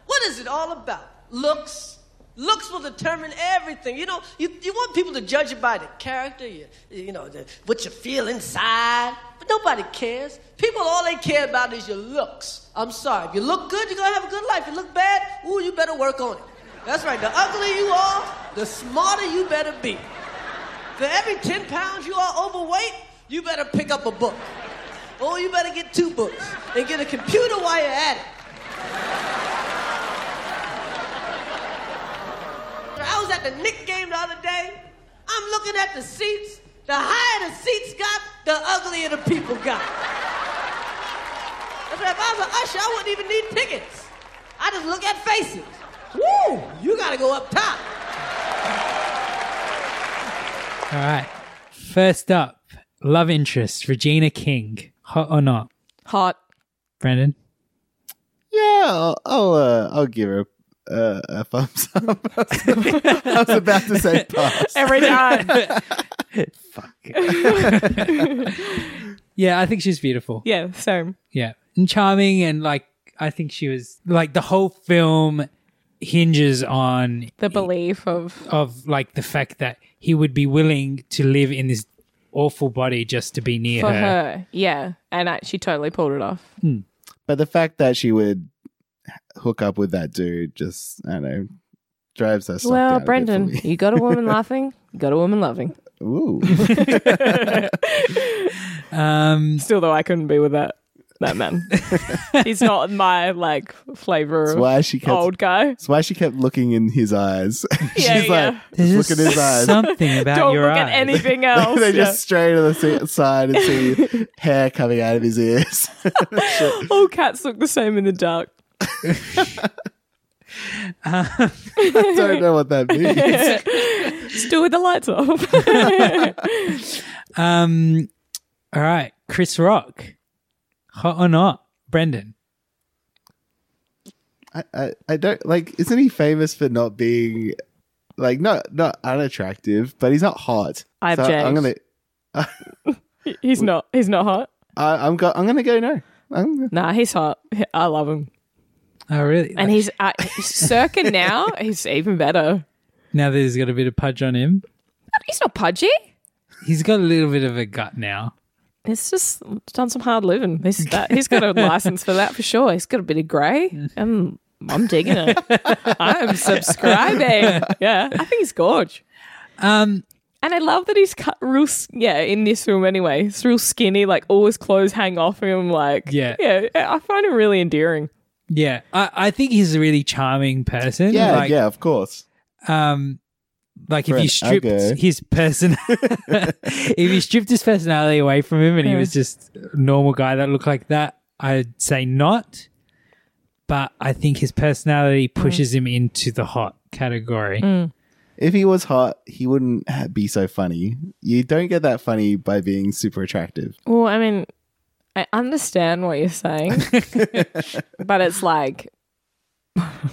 [SPEAKER 6] what is it all about? Looks. Looks will determine everything. You know, you, you want people to judge you by the character, you, you know, the, what you feel inside. But nobody cares. People, all they care about is your looks. I'm sorry. If you look good, you're going to have a good life. If you look bad, ooh, you better work on it. That's right. The uglier you are, the smarter you better be. For every 10 pounds you are overweight, you better pick up a book. Or you better get two books and get a computer while you're at it. I was at the Knicks game the other day. I'm looking at the seats. The higher the seats got, the uglier the people got. That's right. If I was an usher, I wouldn't even need tickets. I just look at faces. Woo! You gotta go up top.
[SPEAKER 3] (laughs) All right. First up, love interest, Regina King. Hot or not,
[SPEAKER 4] Hot.
[SPEAKER 3] Brendan?
[SPEAKER 5] Yeah, I'll I'll, uh, I'll give her a, uh, a thumbs up. (laughs) I was about to say pass.
[SPEAKER 4] Every time.
[SPEAKER 3] Yeah, I think she's beautiful.
[SPEAKER 4] (laughs) yeah, same.
[SPEAKER 3] Yeah. And charming and like I think she was like the whole film hinges on
[SPEAKER 4] The belief of
[SPEAKER 3] of like the fact that he would be willing to live in this awful body just to be near
[SPEAKER 4] for
[SPEAKER 3] her.
[SPEAKER 4] her. Yeah. And I, she totally pulled it off.
[SPEAKER 5] But the fact that she would hook up with that dude just I don't know drives us.
[SPEAKER 4] well, Brendan, you got a woman laughing, you got a woman loving.
[SPEAKER 5] Ooh.
[SPEAKER 3] Um
[SPEAKER 4] Still though I couldn't be with that that
[SPEAKER 5] (laughs)
[SPEAKER 4] man. He's not my like flavor
[SPEAKER 5] That's
[SPEAKER 4] of
[SPEAKER 5] why she kept.
[SPEAKER 4] old guy.
[SPEAKER 5] That's why she kept looking in his eyes. (laughs)
[SPEAKER 4] Yeah,
[SPEAKER 5] She's
[SPEAKER 4] yeah.
[SPEAKER 5] like,
[SPEAKER 3] there's
[SPEAKER 5] just look at
[SPEAKER 3] just
[SPEAKER 5] his eyes.
[SPEAKER 3] something about
[SPEAKER 4] Don't
[SPEAKER 3] your
[SPEAKER 4] look at
[SPEAKER 3] eyes.
[SPEAKER 5] (laughs)
[SPEAKER 4] anything else.
[SPEAKER 5] they
[SPEAKER 4] Yeah.
[SPEAKER 5] just stray to the se- side and
[SPEAKER 4] (laughs)
[SPEAKER 5] see hair coming out of his ears. (laughs)
[SPEAKER 4] All cats look the same in the dark.
[SPEAKER 5] I don't know what
[SPEAKER 4] (laughs)
[SPEAKER 5] that means.
[SPEAKER 4] Still with the lights off. (laughs)
[SPEAKER 3] Um all right, Chris Rock. Hot or not, Brendan?
[SPEAKER 5] I, I, I don't like. Isn't he famous for not being like not not unattractive, but he's not hot.
[SPEAKER 4] I
[SPEAKER 5] So
[SPEAKER 4] object.
[SPEAKER 5] I'm gonna
[SPEAKER 4] He's not. He's not hot.
[SPEAKER 5] I, I'm go, I'm gonna go no. I'm,
[SPEAKER 4] Nah, he's hot. I love him.
[SPEAKER 3] Oh, really?
[SPEAKER 4] And he's uh, (laughs) circa now. He's even better.
[SPEAKER 3] now that he's got a bit of pudge on him,
[SPEAKER 4] He's not pudgy.
[SPEAKER 3] he's got a little bit of a gut now.
[SPEAKER 4] He's just done some hard living. He's, that, he's
[SPEAKER 3] (laughs)
[SPEAKER 4] got a license for that for sure. He's got a bit of grey. Um, I'm digging it.
[SPEAKER 3] (laughs)
[SPEAKER 4] I'm subscribing. Yeah, I think he's gorge.
[SPEAKER 3] Um,
[SPEAKER 4] And I love that he's cut real, s- yeah, in this room anyway. It's real skinny, like all his clothes hang off him. Like,
[SPEAKER 3] Yeah.
[SPEAKER 4] yeah, I find him really endearing.
[SPEAKER 3] yeah, I, I think he's a really charming person.
[SPEAKER 5] yeah,
[SPEAKER 3] like,
[SPEAKER 5] yeah, of course.
[SPEAKER 3] Um, like if
[SPEAKER 5] For
[SPEAKER 3] you
[SPEAKER 5] an
[SPEAKER 3] stripped
[SPEAKER 5] uggo.
[SPEAKER 3] his person, (laughs) if you stripped his personality away from him, and he was just a normal guy that looked like that, I'd say not. But I think his personality pushes him into the hot category.
[SPEAKER 5] If he was hot, he wouldn't ha- be so funny. You don't get that funny by being super attractive.
[SPEAKER 4] Well, I mean, I understand what you're
[SPEAKER 5] (laughs)
[SPEAKER 4] saying, but it's like,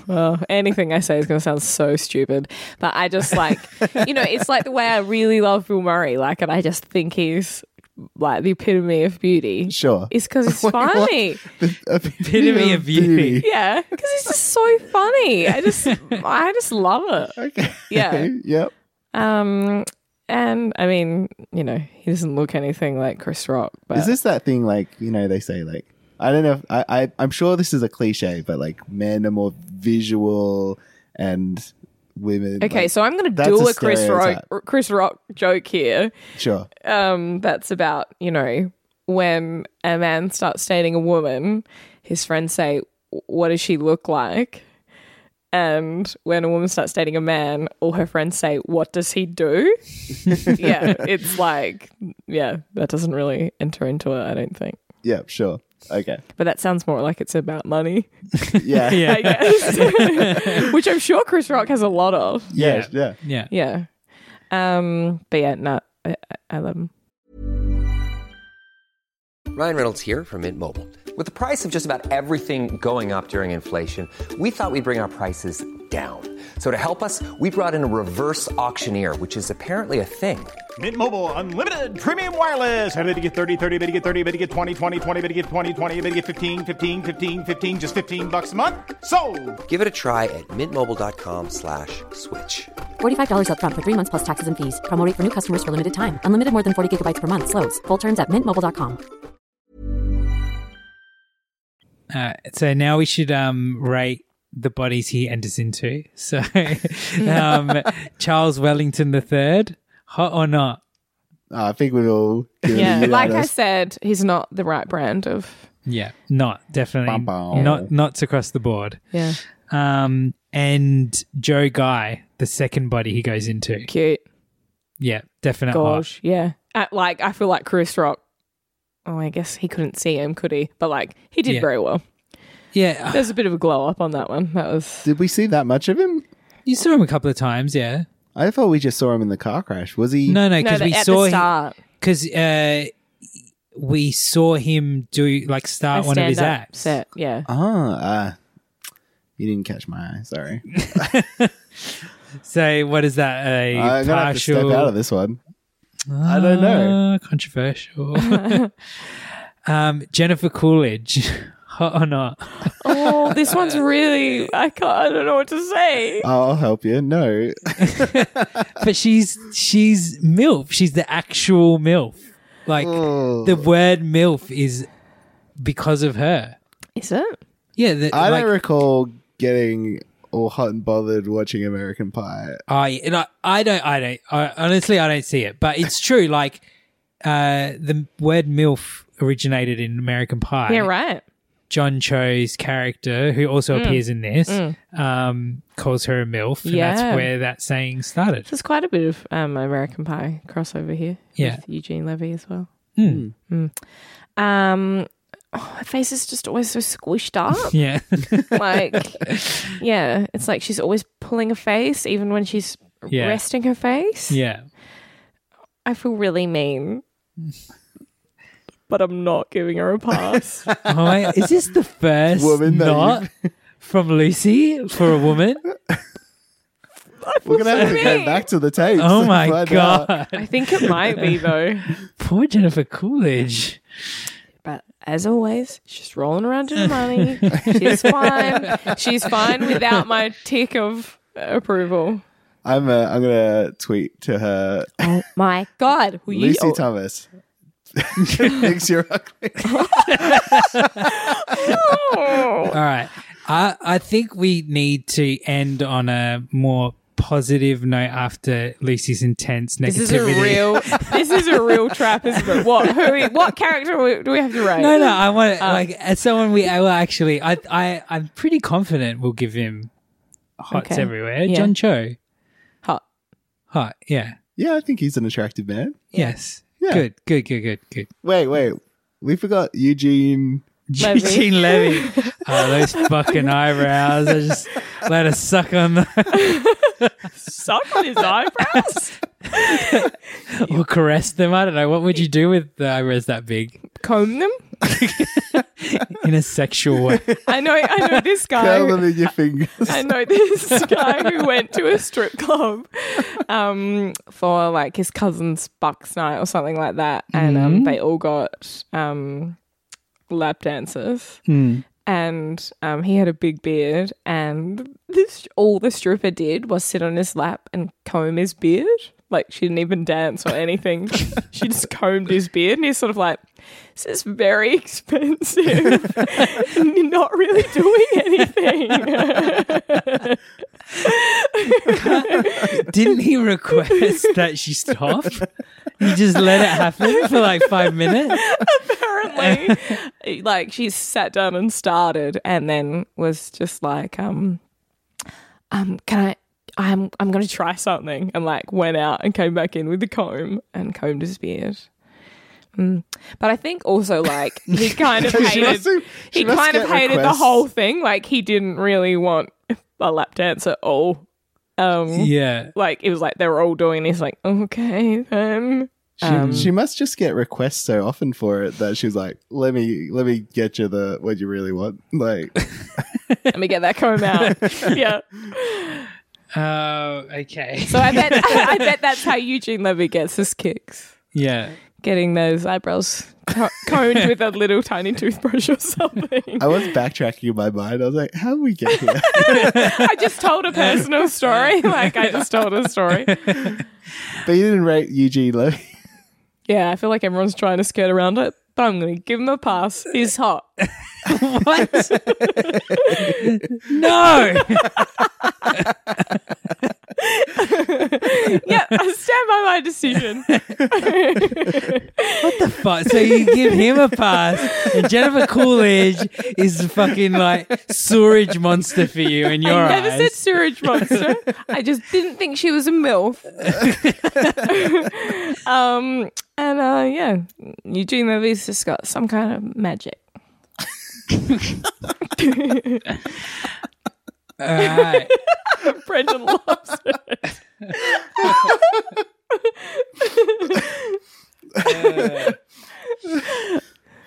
[SPEAKER 4] well, anything I say is going to sound so stupid. But I just like, you know, it's like the way I really love Bill Murray, like, and I just think he's like the epitome of beauty.
[SPEAKER 5] Sure.
[SPEAKER 4] It's because he's
[SPEAKER 5] Wait, (laughs) what?
[SPEAKER 4] funny.
[SPEAKER 5] The
[SPEAKER 3] Epitome of beauty.
[SPEAKER 4] Yeah, because he's just so funny. I just, I just love it.
[SPEAKER 5] Okay.
[SPEAKER 4] Yeah.
[SPEAKER 5] yep.
[SPEAKER 4] Um, and I mean, you know, he doesn't look anything like Chris Rock. But
[SPEAKER 5] Is this that thing like you know they say like I don't know if I, I I'm sure this is a cliche, but like men are more visual and women.
[SPEAKER 4] okay?
[SPEAKER 5] like-
[SPEAKER 4] so I'm going to
[SPEAKER 5] that's
[SPEAKER 4] do
[SPEAKER 5] a
[SPEAKER 4] a Chris Rock,
[SPEAKER 5] stereotype.
[SPEAKER 4] Chris Rock joke here.
[SPEAKER 5] sure.
[SPEAKER 4] Um, that's about you know when a man starts dating a woman, his friends say, "What does she look like?" And when a woman starts dating a man, all her friends say, "What does he
[SPEAKER 5] (laughs)
[SPEAKER 4] do?" yeah, it's like, yeah, that doesn't really enter into it, I don't think.
[SPEAKER 5] Yep. Sure.
[SPEAKER 4] (laughs)
[SPEAKER 5] Okay.
[SPEAKER 4] But that sounds more like it's about money,
[SPEAKER 5] Yeah. yeah.
[SPEAKER 4] I
[SPEAKER 5] (laughs)
[SPEAKER 4] guess, (laughs) which I'm sure Chris Rock has a lot of.
[SPEAKER 5] Yeah. Yeah.
[SPEAKER 3] (laughs) Yeah.
[SPEAKER 4] Yeah. Um, but yeah, no, I, I- I love him.
[SPEAKER 9] Ryan Reynolds here from Mint Mobile. With the price of just about everything going up during inflation, we thought we'd bring our prices down. So to help us, we brought in a reverse auctioneer, which is apparently a thing.
[SPEAKER 8] Mint Mobile unlimited premium wireless. Ready to get 30, 30, bit to get 30, bit to get 20, 20, 20, bit to get 20, 20, bit to get 15, 15, 15, 15 just 15 bucks a month. So,
[SPEAKER 9] Give it a try at mintmobile.com slash switch.
[SPEAKER 10] $45 upfront for three months plus taxes and fees. Promo rate for new customers for limited time. Unlimited more than 40 gigabytes per month. Slows. Full terms at mintmobile.com.
[SPEAKER 3] Uh, so now we should um, rate the bodies he enters into. So (laughs) um, Charles Wellington the third, hot or not?
[SPEAKER 5] Uh, I think we all. give it a
[SPEAKER 4] Yeah, like I
[SPEAKER 5] unanimous-
[SPEAKER 4] said, he's not the right brand of.
[SPEAKER 3] Yeah, not definitely
[SPEAKER 5] Bum, bum.
[SPEAKER 3] not not across the board.
[SPEAKER 4] Yeah,
[SPEAKER 3] Um, and Joe Guy, the second body he goes into.
[SPEAKER 4] cute.
[SPEAKER 3] Yeah, definite hot.
[SPEAKER 4] Gosh, yeah. Uh, like I feel like Chris Rock. Oh, I guess he couldn't see him, could he? But like he did
[SPEAKER 3] Yeah.
[SPEAKER 4] very well.
[SPEAKER 3] Yeah,
[SPEAKER 4] There's a bit of a glow up on that one. That was
[SPEAKER 5] Did we see that much of him?
[SPEAKER 3] you saw him a couple of times. Yeah,
[SPEAKER 5] I thought we just saw him in the car crash. Was he?
[SPEAKER 3] no, no,
[SPEAKER 4] no,
[SPEAKER 3] because
[SPEAKER 4] the,
[SPEAKER 3] we
[SPEAKER 4] at
[SPEAKER 3] saw
[SPEAKER 4] the
[SPEAKER 3] him
[SPEAKER 4] start.
[SPEAKER 3] because uh, we saw him do like
[SPEAKER 4] a
[SPEAKER 3] start one of his
[SPEAKER 4] stand-up
[SPEAKER 3] acts.
[SPEAKER 4] Set. Yeah,
[SPEAKER 5] Ah. Uh, you didn't catch my eye. Sorry.
[SPEAKER 3] So what is that? A
[SPEAKER 5] I'm gonna have to
[SPEAKER 3] partial.
[SPEAKER 5] step out of this one. I don't know.
[SPEAKER 3] Ah, controversial.
[SPEAKER 4] (laughs)
[SPEAKER 3] um, Jennifer Coolidge, (laughs) hot or not?
[SPEAKER 4] Oh, this one's really. I can't. I don't know what to say.
[SPEAKER 5] I'll help you. No.
[SPEAKER 3] But she's she's MILF. She's the actual MILF. Like
[SPEAKER 5] Oh.
[SPEAKER 3] the word MILF is because of her.
[SPEAKER 4] Is it?
[SPEAKER 3] Yeah, the,
[SPEAKER 5] I
[SPEAKER 3] like,
[SPEAKER 5] don't recall getting all hot and bothered watching American Pie.
[SPEAKER 3] I and I, I don't I don't I, honestly I don't see it, but it's true. Like uh, the word MILF originated in American Pie.
[SPEAKER 4] Yeah, right. Mm.
[SPEAKER 3] John Cho's character, who also appears in this, um, calls her a MILF, and
[SPEAKER 4] Yeah.
[SPEAKER 3] that's where that saying started.
[SPEAKER 4] There's quite a bit of um, American Pie crossover here.
[SPEAKER 3] Yeah. Hmm.
[SPEAKER 4] With Eugene Levy as well. Hmm. Mm. Um, oh, her face is just always so squished
[SPEAKER 3] (laughs)
[SPEAKER 4] up.
[SPEAKER 3] Yeah,
[SPEAKER 4] like, yeah, it's like she's always pulling a face, even when she's
[SPEAKER 3] Yeah.
[SPEAKER 4] resting her face.
[SPEAKER 3] yeah.
[SPEAKER 4] I feel really mean. but I'm not giving her a pass.
[SPEAKER 3] Oh, wait, is this the first
[SPEAKER 5] Woman that
[SPEAKER 3] knot from Lucy for a woman?
[SPEAKER 5] We're gonna have to
[SPEAKER 4] Sorry.
[SPEAKER 5] go back to the tapes. uh,
[SPEAKER 3] Oh
[SPEAKER 5] and (laughs)
[SPEAKER 3] my
[SPEAKER 5] find out.
[SPEAKER 3] god!
[SPEAKER 4] I think it might be though.
[SPEAKER 3] Poor Jennifer Coolidge.
[SPEAKER 4] But as always, she's rolling around in her
[SPEAKER 3] (laughs)
[SPEAKER 4] money. She's fine. She's fine without my tick of approval.
[SPEAKER 5] I'm uh, I'm gonna tweet to her.
[SPEAKER 4] Oh my god! Will you-
[SPEAKER 5] Lucy
[SPEAKER 4] oh,
[SPEAKER 5] Thomas. (laughs) Thinks you're ugly.
[SPEAKER 4] Oh.
[SPEAKER 3] (laughs) All right, I I think we need to end on a more positive note after Lucy's intense
[SPEAKER 4] this
[SPEAKER 3] negativity.
[SPEAKER 4] is a real. This is a real trap, isn't it? What? Who? What character we- do we have to rate?
[SPEAKER 3] No, no, I want
[SPEAKER 4] Uh.
[SPEAKER 3] like as someone we I will actually I I I'm pretty confident we'll give him hots
[SPEAKER 4] Okay.
[SPEAKER 3] everywhere.
[SPEAKER 4] Yeah.
[SPEAKER 3] John Cho,
[SPEAKER 4] Hot.
[SPEAKER 3] hot, yeah,
[SPEAKER 5] Yeah, I think he's an attractive man.
[SPEAKER 3] yes,
[SPEAKER 5] Yeah.
[SPEAKER 3] good, good, good, good, good.
[SPEAKER 5] Wait, wait. We forgot Eugene.
[SPEAKER 4] Levy.
[SPEAKER 3] Eugene Levy,
[SPEAKER 4] (laughs)
[SPEAKER 3] oh those fucking eyebrows! I just let us suck on the (laughs)
[SPEAKER 4] Suck on his eyebrows.
[SPEAKER 3] or caress them. I don't know. What would you do with the eyebrows that big
[SPEAKER 4] (laughs) Comb them.
[SPEAKER 3] in a sexual way?
[SPEAKER 4] I know. I know this guy.
[SPEAKER 5] Tell them in your fingers.
[SPEAKER 4] (laughs) I know this guy who went to a strip club um, for like his cousin's bucks night or something like that, and um, they all got um, lap dancers. And um, he had a big beard, and this all the stripper did was sit on his lap and comb his beard. Like she didn't even dance or anything. she just combed his beard, and he's sort of like, "This is very (laughs) expensive. (laughs) and you're not really doing anything."
[SPEAKER 3] Didn't he request that she stop? He just let it happen for like five minutes.
[SPEAKER 4] apparently (laughs) like she sat down and started and then was just like um um can i i'm i'm gonna try something and like went out and came back in with the comb and combed his beard Mm. but i think also
[SPEAKER 5] (laughs)
[SPEAKER 4] like he kind of
[SPEAKER 5] She must
[SPEAKER 4] hated
[SPEAKER 5] have- she
[SPEAKER 4] he
[SPEAKER 5] must
[SPEAKER 4] kind of
[SPEAKER 5] get
[SPEAKER 4] hated the
[SPEAKER 5] requests.
[SPEAKER 4] whole thing like he didn't really want a lap dance at all um
[SPEAKER 3] Yeah.
[SPEAKER 4] like it was like they were all doing this like okay then
[SPEAKER 5] She, she must just get requests so often for it that she's like, "Let me, let me get you the what you really want." Like,
[SPEAKER 4] let me get that comb
[SPEAKER 5] (laughs)
[SPEAKER 4] out yeah
[SPEAKER 3] Oh, okay.
[SPEAKER 4] So I bet (laughs) I bet that's how Eugene Levy gets his kicks.
[SPEAKER 3] Yeah.
[SPEAKER 4] Getting those eyebrows co- combed with a little tiny toothbrush or
[SPEAKER 3] (laughs)
[SPEAKER 4] something.
[SPEAKER 5] I was backtracking in my mind. I was like, "How did we get here?" (laughs)
[SPEAKER 4] I just told a personal
[SPEAKER 3] (laughs)
[SPEAKER 4] story. Like I just told a story.
[SPEAKER 5] but you didn't rate Eugene Levy. (laughs)
[SPEAKER 4] Yeah, I feel like everyone's trying to skirt around it, but I'm going to give him a pass. He's
[SPEAKER 3] (laughs)
[SPEAKER 4] hot.
[SPEAKER 3] What? no. (laughs)
[SPEAKER 4] Yeah, I stand by my decision.
[SPEAKER 3] But so you give him a pass, and Jennifer Coolidge is the fucking like sewerage monster for you in (laughs) your
[SPEAKER 4] I never
[SPEAKER 3] eyes.
[SPEAKER 4] said sewage monster. I just didn't think she was a
[SPEAKER 3] (laughs)
[SPEAKER 4] MILF. (laughs) um, and uh, yeah, Eugene Levy's just got some kind of magic.
[SPEAKER 3] All right.
[SPEAKER 4] Brendan loves it.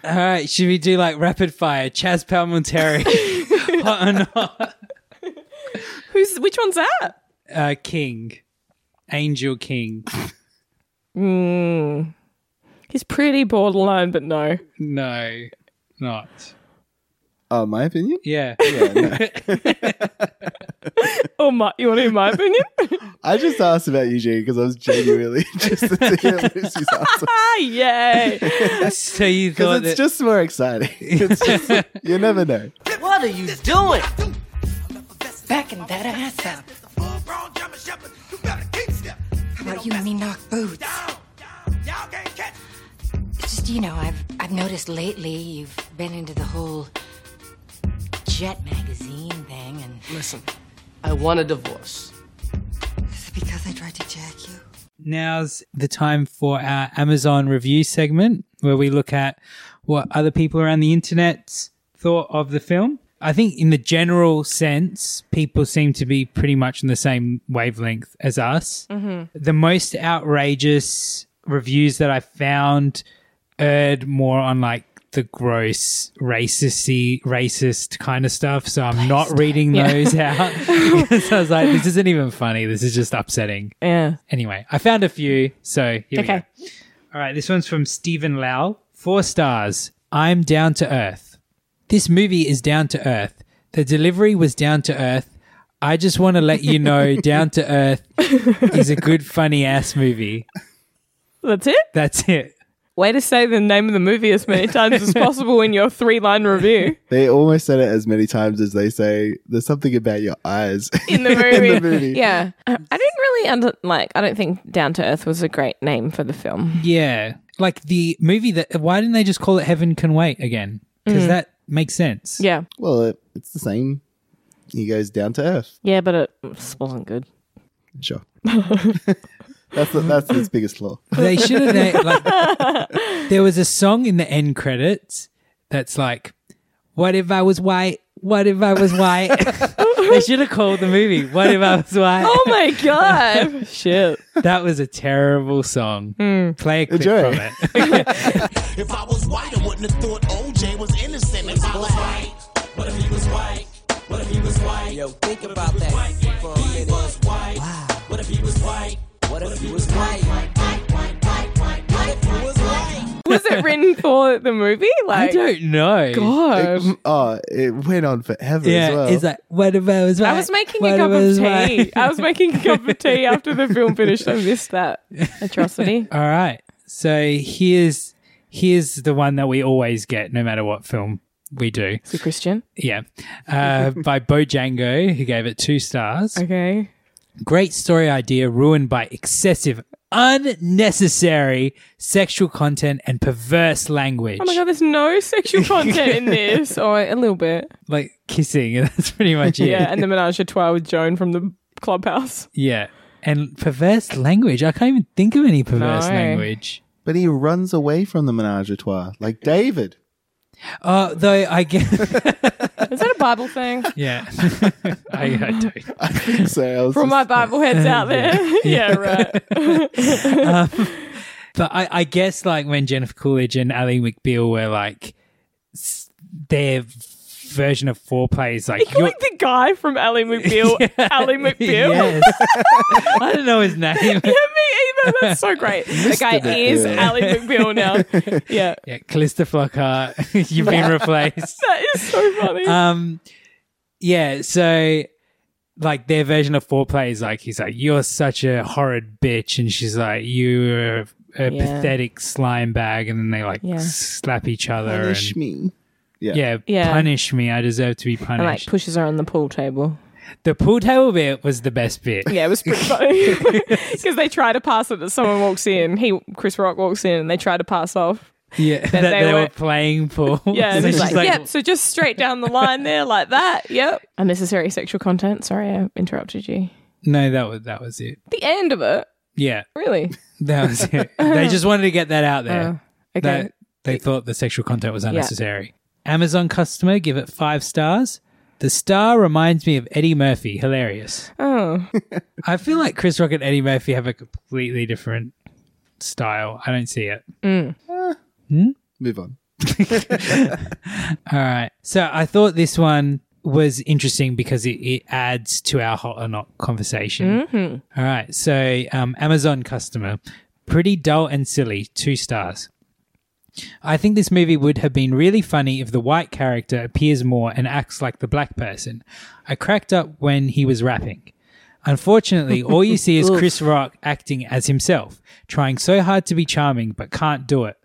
[SPEAKER 3] All right. Should we do like rapid fire? Chaz Palminteri, hot or not?
[SPEAKER 4] (laughs) Who's which one's that?
[SPEAKER 3] Uh, King, Angel King.
[SPEAKER 4] He's pretty borderline, but no.
[SPEAKER 3] No, not.
[SPEAKER 5] Oh, my opinion.
[SPEAKER 3] Yeah.
[SPEAKER 4] Oh my! You want to hear my opinion?
[SPEAKER 5] I just asked about Eugene because I was genuinely just to hear Lucy's answer.
[SPEAKER 4] (laughs) ah, yay!
[SPEAKER 3] (laughs) so you thought
[SPEAKER 5] Because it's
[SPEAKER 3] that
[SPEAKER 5] just more exciting. (laughs) It's just, you never know.
[SPEAKER 2] What are you doing?
[SPEAKER 7] Backing that ass up. What you mean knock boots? It's just you know, I've I've noticed lately you've been into the whole jet magazine thing and
[SPEAKER 2] Listen, I want a divorce.
[SPEAKER 7] is it because I tried to jack you?
[SPEAKER 3] now's the time for our Amazon review segment where we look at what other people around the internet thought of the film. I think, in the general sense, people seem to be pretty much on the same wavelength as us. The most outrageous reviews that I found erred more on like the gross racisty racist kind of stuff so i'm not reading those out (laughs) so i was like this isn't even funny this is just upsetting
[SPEAKER 4] Yeah.
[SPEAKER 3] anyway i found a few so here
[SPEAKER 4] Okay.
[SPEAKER 3] we go all right this one's from stephen lau four stars i'm down to earth this movie is down to earth the delivery was down to earth i just want to let
[SPEAKER 4] (laughs)
[SPEAKER 3] you know down to earth is a good funny ass movie
[SPEAKER 4] That's it.
[SPEAKER 3] that's it
[SPEAKER 4] Way to say the name of the movie as many times as possible in your three line review
[SPEAKER 5] They almost said it as many times as they say, there's something about your eyes.
[SPEAKER 4] (laughs)
[SPEAKER 5] (laughs)
[SPEAKER 4] in the movie.
[SPEAKER 5] movie.
[SPEAKER 4] Yeah. Uh, I I didn't really under like I don't think Down to Earth was a great name for the film.
[SPEAKER 3] Yeah. Like the movie that why didn't they just call it Heaven Can Wait again? Because that makes sense.
[SPEAKER 4] Mm. Yeah.
[SPEAKER 5] well, it, it's the same. He goes down to earth.
[SPEAKER 4] Yeah, but it just wasn't (laughs) good.
[SPEAKER 5] Sure. that's the, that's his biggest flaw.
[SPEAKER 3] They should have named
[SPEAKER 4] (laughs)
[SPEAKER 3] like there was a song in the end credits that's like, What if I was white? What if I was
[SPEAKER 4] (laughs)
[SPEAKER 3] white? they should have called the movie What If I Was (laughs) White?
[SPEAKER 4] Oh my god. (laughs) Shit.
[SPEAKER 3] That was a terrible song.
[SPEAKER 4] Hmm.
[SPEAKER 3] Play a clip
[SPEAKER 5] Enjoy.
[SPEAKER 3] from
[SPEAKER 4] (laughs)
[SPEAKER 3] it.
[SPEAKER 2] If I was white, I wouldn't have thought OJ was innocent. If I was white, what if he was white? What if he was white? Yo, think about that. for a minute. Wow. What if he was white? What if he was white? What if he was white?
[SPEAKER 4] Was it written for the movie?
[SPEAKER 3] I
[SPEAKER 4] Like
[SPEAKER 3] don't know.
[SPEAKER 4] God.
[SPEAKER 5] It, (laughs) oh, it went on forever
[SPEAKER 3] Yeah,
[SPEAKER 5] as well.
[SPEAKER 3] it's like what if I was white?
[SPEAKER 4] I was making
[SPEAKER 3] What
[SPEAKER 4] a
[SPEAKER 3] if
[SPEAKER 4] cup
[SPEAKER 3] I
[SPEAKER 4] of
[SPEAKER 3] was
[SPEAKER 4] tea.
[SPEAKER 3] white?"
[SPEAKER 4] (laughs) I was making a cup of tea after the film finished. I missed (laughs) that atrocity.
[SPEAKER 3] (laughs) All right. So here's here's the one that we always get, no matter what film we do.
[SPEAKER 4] So Christian.
[SPEAKER 3] Yeah, uh, by Bojango, who gave it two stars.
[SPEAKER 4] Okay. Oh
[SPEAKER 3] Great story idea ruined by excessive, unnecessary sexual content and perverse language.
[SPEAKER 4] Oh my god, there's no (laughs) sexual content in this, or a little bit.
[SPEAKER 3] Like kissing, (laughs) and that's pretty much it.
[SPEAKER 4] Yeah, and the menage a trois with Joan from the clubhouse.
[SPEAKER 3] Yeah. And perverse language. I can't even think of any perverse
[SPEAKER 4] No.
[SPEAKER 3] language.
[SPEAKER 5] but he runs away from the menage a trois, like David. (laughs)
[SPEAKER 3] Uh, though I guess, (laughs)
[SPEAKER 4] Is that a Bible (laughs) thing?
[SPEAKER 3] yeah, I, I don't.
[SPEAKER 5] so I was
[SPEAKER 4] For all
[SPEAKER 5] just-
[SPEAKER 4] my Bible heads out there. Uh, (laughs) Yeah, right.
[SPEAKER 3] But I, I guess like when Jennifer Coolidge and Ali McBeal were like s- their version of foreplay is like
[SPEAKER 4] You
[SPEAKER 3] you're-
[SPEAKER 4] like the guy from Ali (laughs) McBeal. Ali McBeal.
[SPEAKER 3] (laughs) Yes. (laughs) I don't know his name.
[SPEAKER 4] (laughs) Yeah, me either. That's so (laughs) great. The guy is
[SPEAKER 5] McBeal.
[SPEAKER 4] Ali McBeal (laughs) now. Yeah.
[SPEAKER 3] Yeah, Callista Flockhart, (laughs) you've been replaced.
[SPEAKER 4] That is so funny.
[SPEAKER 3] Um, yeah, so like their version of foreplay is like he's like you're such a horrid bitch, and she's like you're a
[SPEAKER 4] Yeah.
[SPEAKER 3] pathetic slime bag, and then they like
[SPEAKER 4] Yeah.
[SPEAKER 3] slap each other
[SPEAKER 5] Punish
[SPEAKER 3] and
[SPEAKER 5] me.
[SPEAKER 3] Yeah,
[SPEAKER 4] Yeah.
[SPEAKER 3] punish me. I deserve to be punished.
[SPEAKER 4] and like pushes her on the pool table.
[SPEAKER 3] The pool table bit was the best bit.
[SPEAKER 4] Yeah, it was pretty funny (laughs) because they try to pass it, but someone walks in. He, Chris Rock, walks in, and they try to pass off.
[SPEAKER 3] (laughs) Yeah, that,
[SPEAKER 4] they
[SPEAKER 3] they, were,
[SPEAKER 4] were-
[SPEAKER 3] playing pool.
[SPEAKER 4] (laughs)
[SPEAKER 3] (laughs)
[SPEAKER 4] Yeah, and
[SPEAKER 3] So
[SPEAKER 4] he's
[SPEAKER 3] she's
[SPEAKER 4] like, yep. So just straight down the line there, like that. (laughs) Yep. Unnecessary sexual content. Sorry, I interrupted you.
[SPEAKER 3] No, that was that was it.
[SPEAKER 4] The end of it,
[SPEAKER 3] Yeah,
[SPEAKER 4] really.
[SPEAKER 3] that was it. they just wanted to get that out
[SPEAKER 4] Uh.
[SPEAKER 3] there.
[SPEAKER 4] (laughs) Okay.
[SPEAKER 3] That they thought the sexual content was unnecessary. Amazon customer give it five stars. The star reminds me of Eddie Murphy. Hilarious.
[SPEAKER 4] oh,
[SPEAKER 3] (laughs) I feel like Chris Rock and Eddie Murphy have a completely different style. I don't see it.
[SPEAKER 5] Move on.
[SPEAKER 3] All right. So I thought this one was interesting because it, it adds to our hot or not conversation. All right. So um, Amazon customer, pretty dull and silly, two stars. I think this movie would have been really funny if the white character appears more and acts like the black person. I cracked up when he was rapping. Unfortunately, all you see is Chris Rock acting as himself, trying so hard to be charming but can't do it.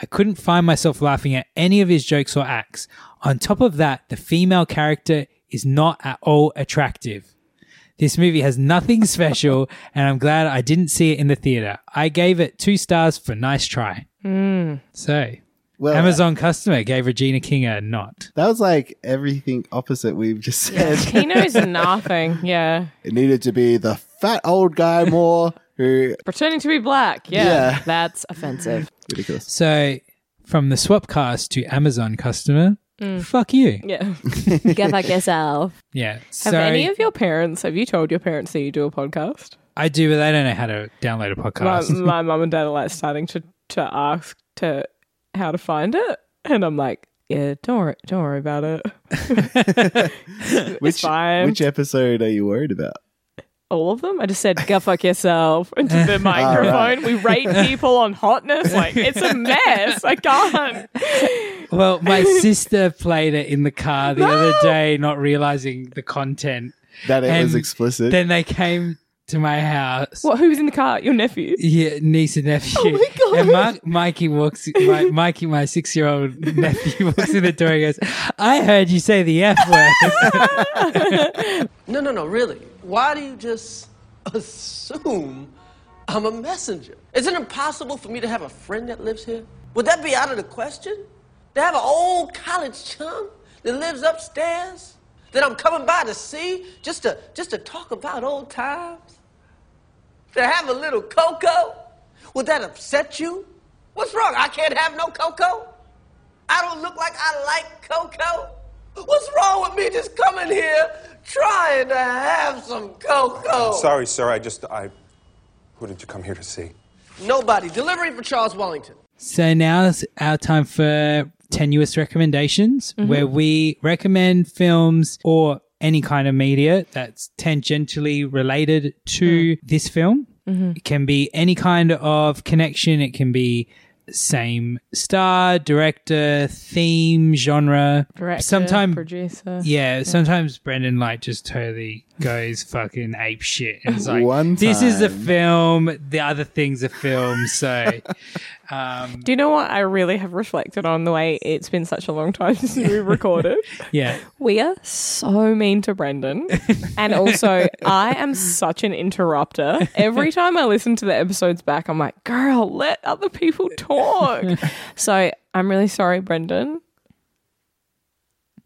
[SPEAKER 3] I couldn't find myself laughing at any of his jokes or acts. On top of that, the female character is not at all attractive. This movie has nothing (laughs) special, and I'm glad I didn't see it in the theater. I gave it two stars for nice try.
[SPEAKER 4] Hmm.
[SPEAKER 3] So,
[SPEAKER 5] Well,
[SPEAKER 3] Amazon customer gave Regina King a not.
[SPEAKER 5] That was like everything opposite we've just said.
[SPEAKER 4] he knows nothing. Yeah,
[SPEAKER 5] It needed to be the fat old
[SPEAKER 4] (laughs)
[SPEAKER 5] guy more who
[SPEAKER 4] pretending to be black. Yeah,
[SPEAKER 5] Yeah.
[SPEAKER 4] that's offensive.
[SPEAKER 5] ridiculous.
[SPEAKER 3] So, from the Swapcast to Amazon customer,
[SPEAKER 4] Hmm.
[SPEAKER 3] fuck you.
[SPEAKER 4] Yeah, get back yourself.
[SPEAKER 3] Yeah. So
[SPEAKER 4] Have any of your parents? Have you told your parents that you do a podcast?
[SPEAKER 3] I do, but they don't know how to download a
[SPEAKER 4] My,
[SPEAKER 3] podcast.
[SPEAKER 4] my mum and dad are like starting to to ask to how to find it, and I'm like, yeah, don't worry, don't worry about it.
[SPEAKER 5] Which
[SPEAKER 4] fine.
[SPEAKER 5] which episode are you worried about?
[SPEAKER 4] All of them. I just said, go fuck yourself (laughs)
[SPEAKER 3] (laughs)
[SPEAKER 4] into the microphone. We rate people on hotness. Like it's a mess. I can't.
[SPEAKER 3] Well,
[SPEAKER 4] (laughs)
[SPEAKER 3] my sister played it in the car the other day, not realizing the content.
[SPEAKER 5] That it was
[SPEAKER 3] And
[SPEAKER 5] explicit.
[SPEAKER 3] Then they came to my house.
[SPEAKER 4] What? Who was in the car? Your nephew.
[SPEAKER 3] Yeah, niece and nephew.
[SPEAKER 4] Oh my God.
[SPEAKER 3] And Mark, Mikey walks. My, Mikey, my six-year-old (laughs) nephew walks in the door and goes, "I heard you say the f word." (laughs)
[SPEAKER 2] No, no, no, really. Why do you just assume I'm a messenger? Is it impossible for me to have a friend that lives here? Would that be out of the question? To have an old college chum that lives upstairs that I'm coming by to see just to just to talk about old times? To have a little cocoa? Would that upset you? What's wrong? I can't have no cocoa? I don't look like I like cocoa? What's wrong with me just coming here trying to have some cocoa?
[SPEAKER 11] Sorry, sir. I just I. Who did you come here to see?
[SPEAKER 2] Nobody. Delivery for Charles Wellington.
[SPEAKER 3] so now's our time for tenuous recommendations,
[SPEAKER 4] Mm-hmm.
[SPEAKER 3] where we recommend films or any kind of media that's tangentially related
[SPEAKER 4] Hmm.
[SPEAKER 3] to this film.
[SPEAKER 4] Mm-hmm.
[SPEAKER 3] It can be any kind of connection. It can be same star, director, theme, genre.
[SPEAKER 4] Director,
[SPEAKER 3] Sometime-
[SPEAKER 4] producer.
[SPEAKER 3] Yeah, sometimes Brendan like just totally goes fucking ape shit. And
[SPEAKER 5] (laughs)
[SPEAKER 3] it's like,
[SPEAKER 5] One
[SPEAKER 3] this is a
[SPEAKER 5] time.
[SPEAKER 3] film. The other thing's a film. So (laughs)
[SPEAKER 4] Do you know what I really have reflected on the way it's been such a long time (laughs) since we recorded?
[SPEAKER 3] yeah,
[SPEAKER 4] We are so mean to Brendan. And also, I am such an interrupter. Every time I listen to the episodes back, I'm like, girl, let other people talk. So I'm really sorry, Brendan.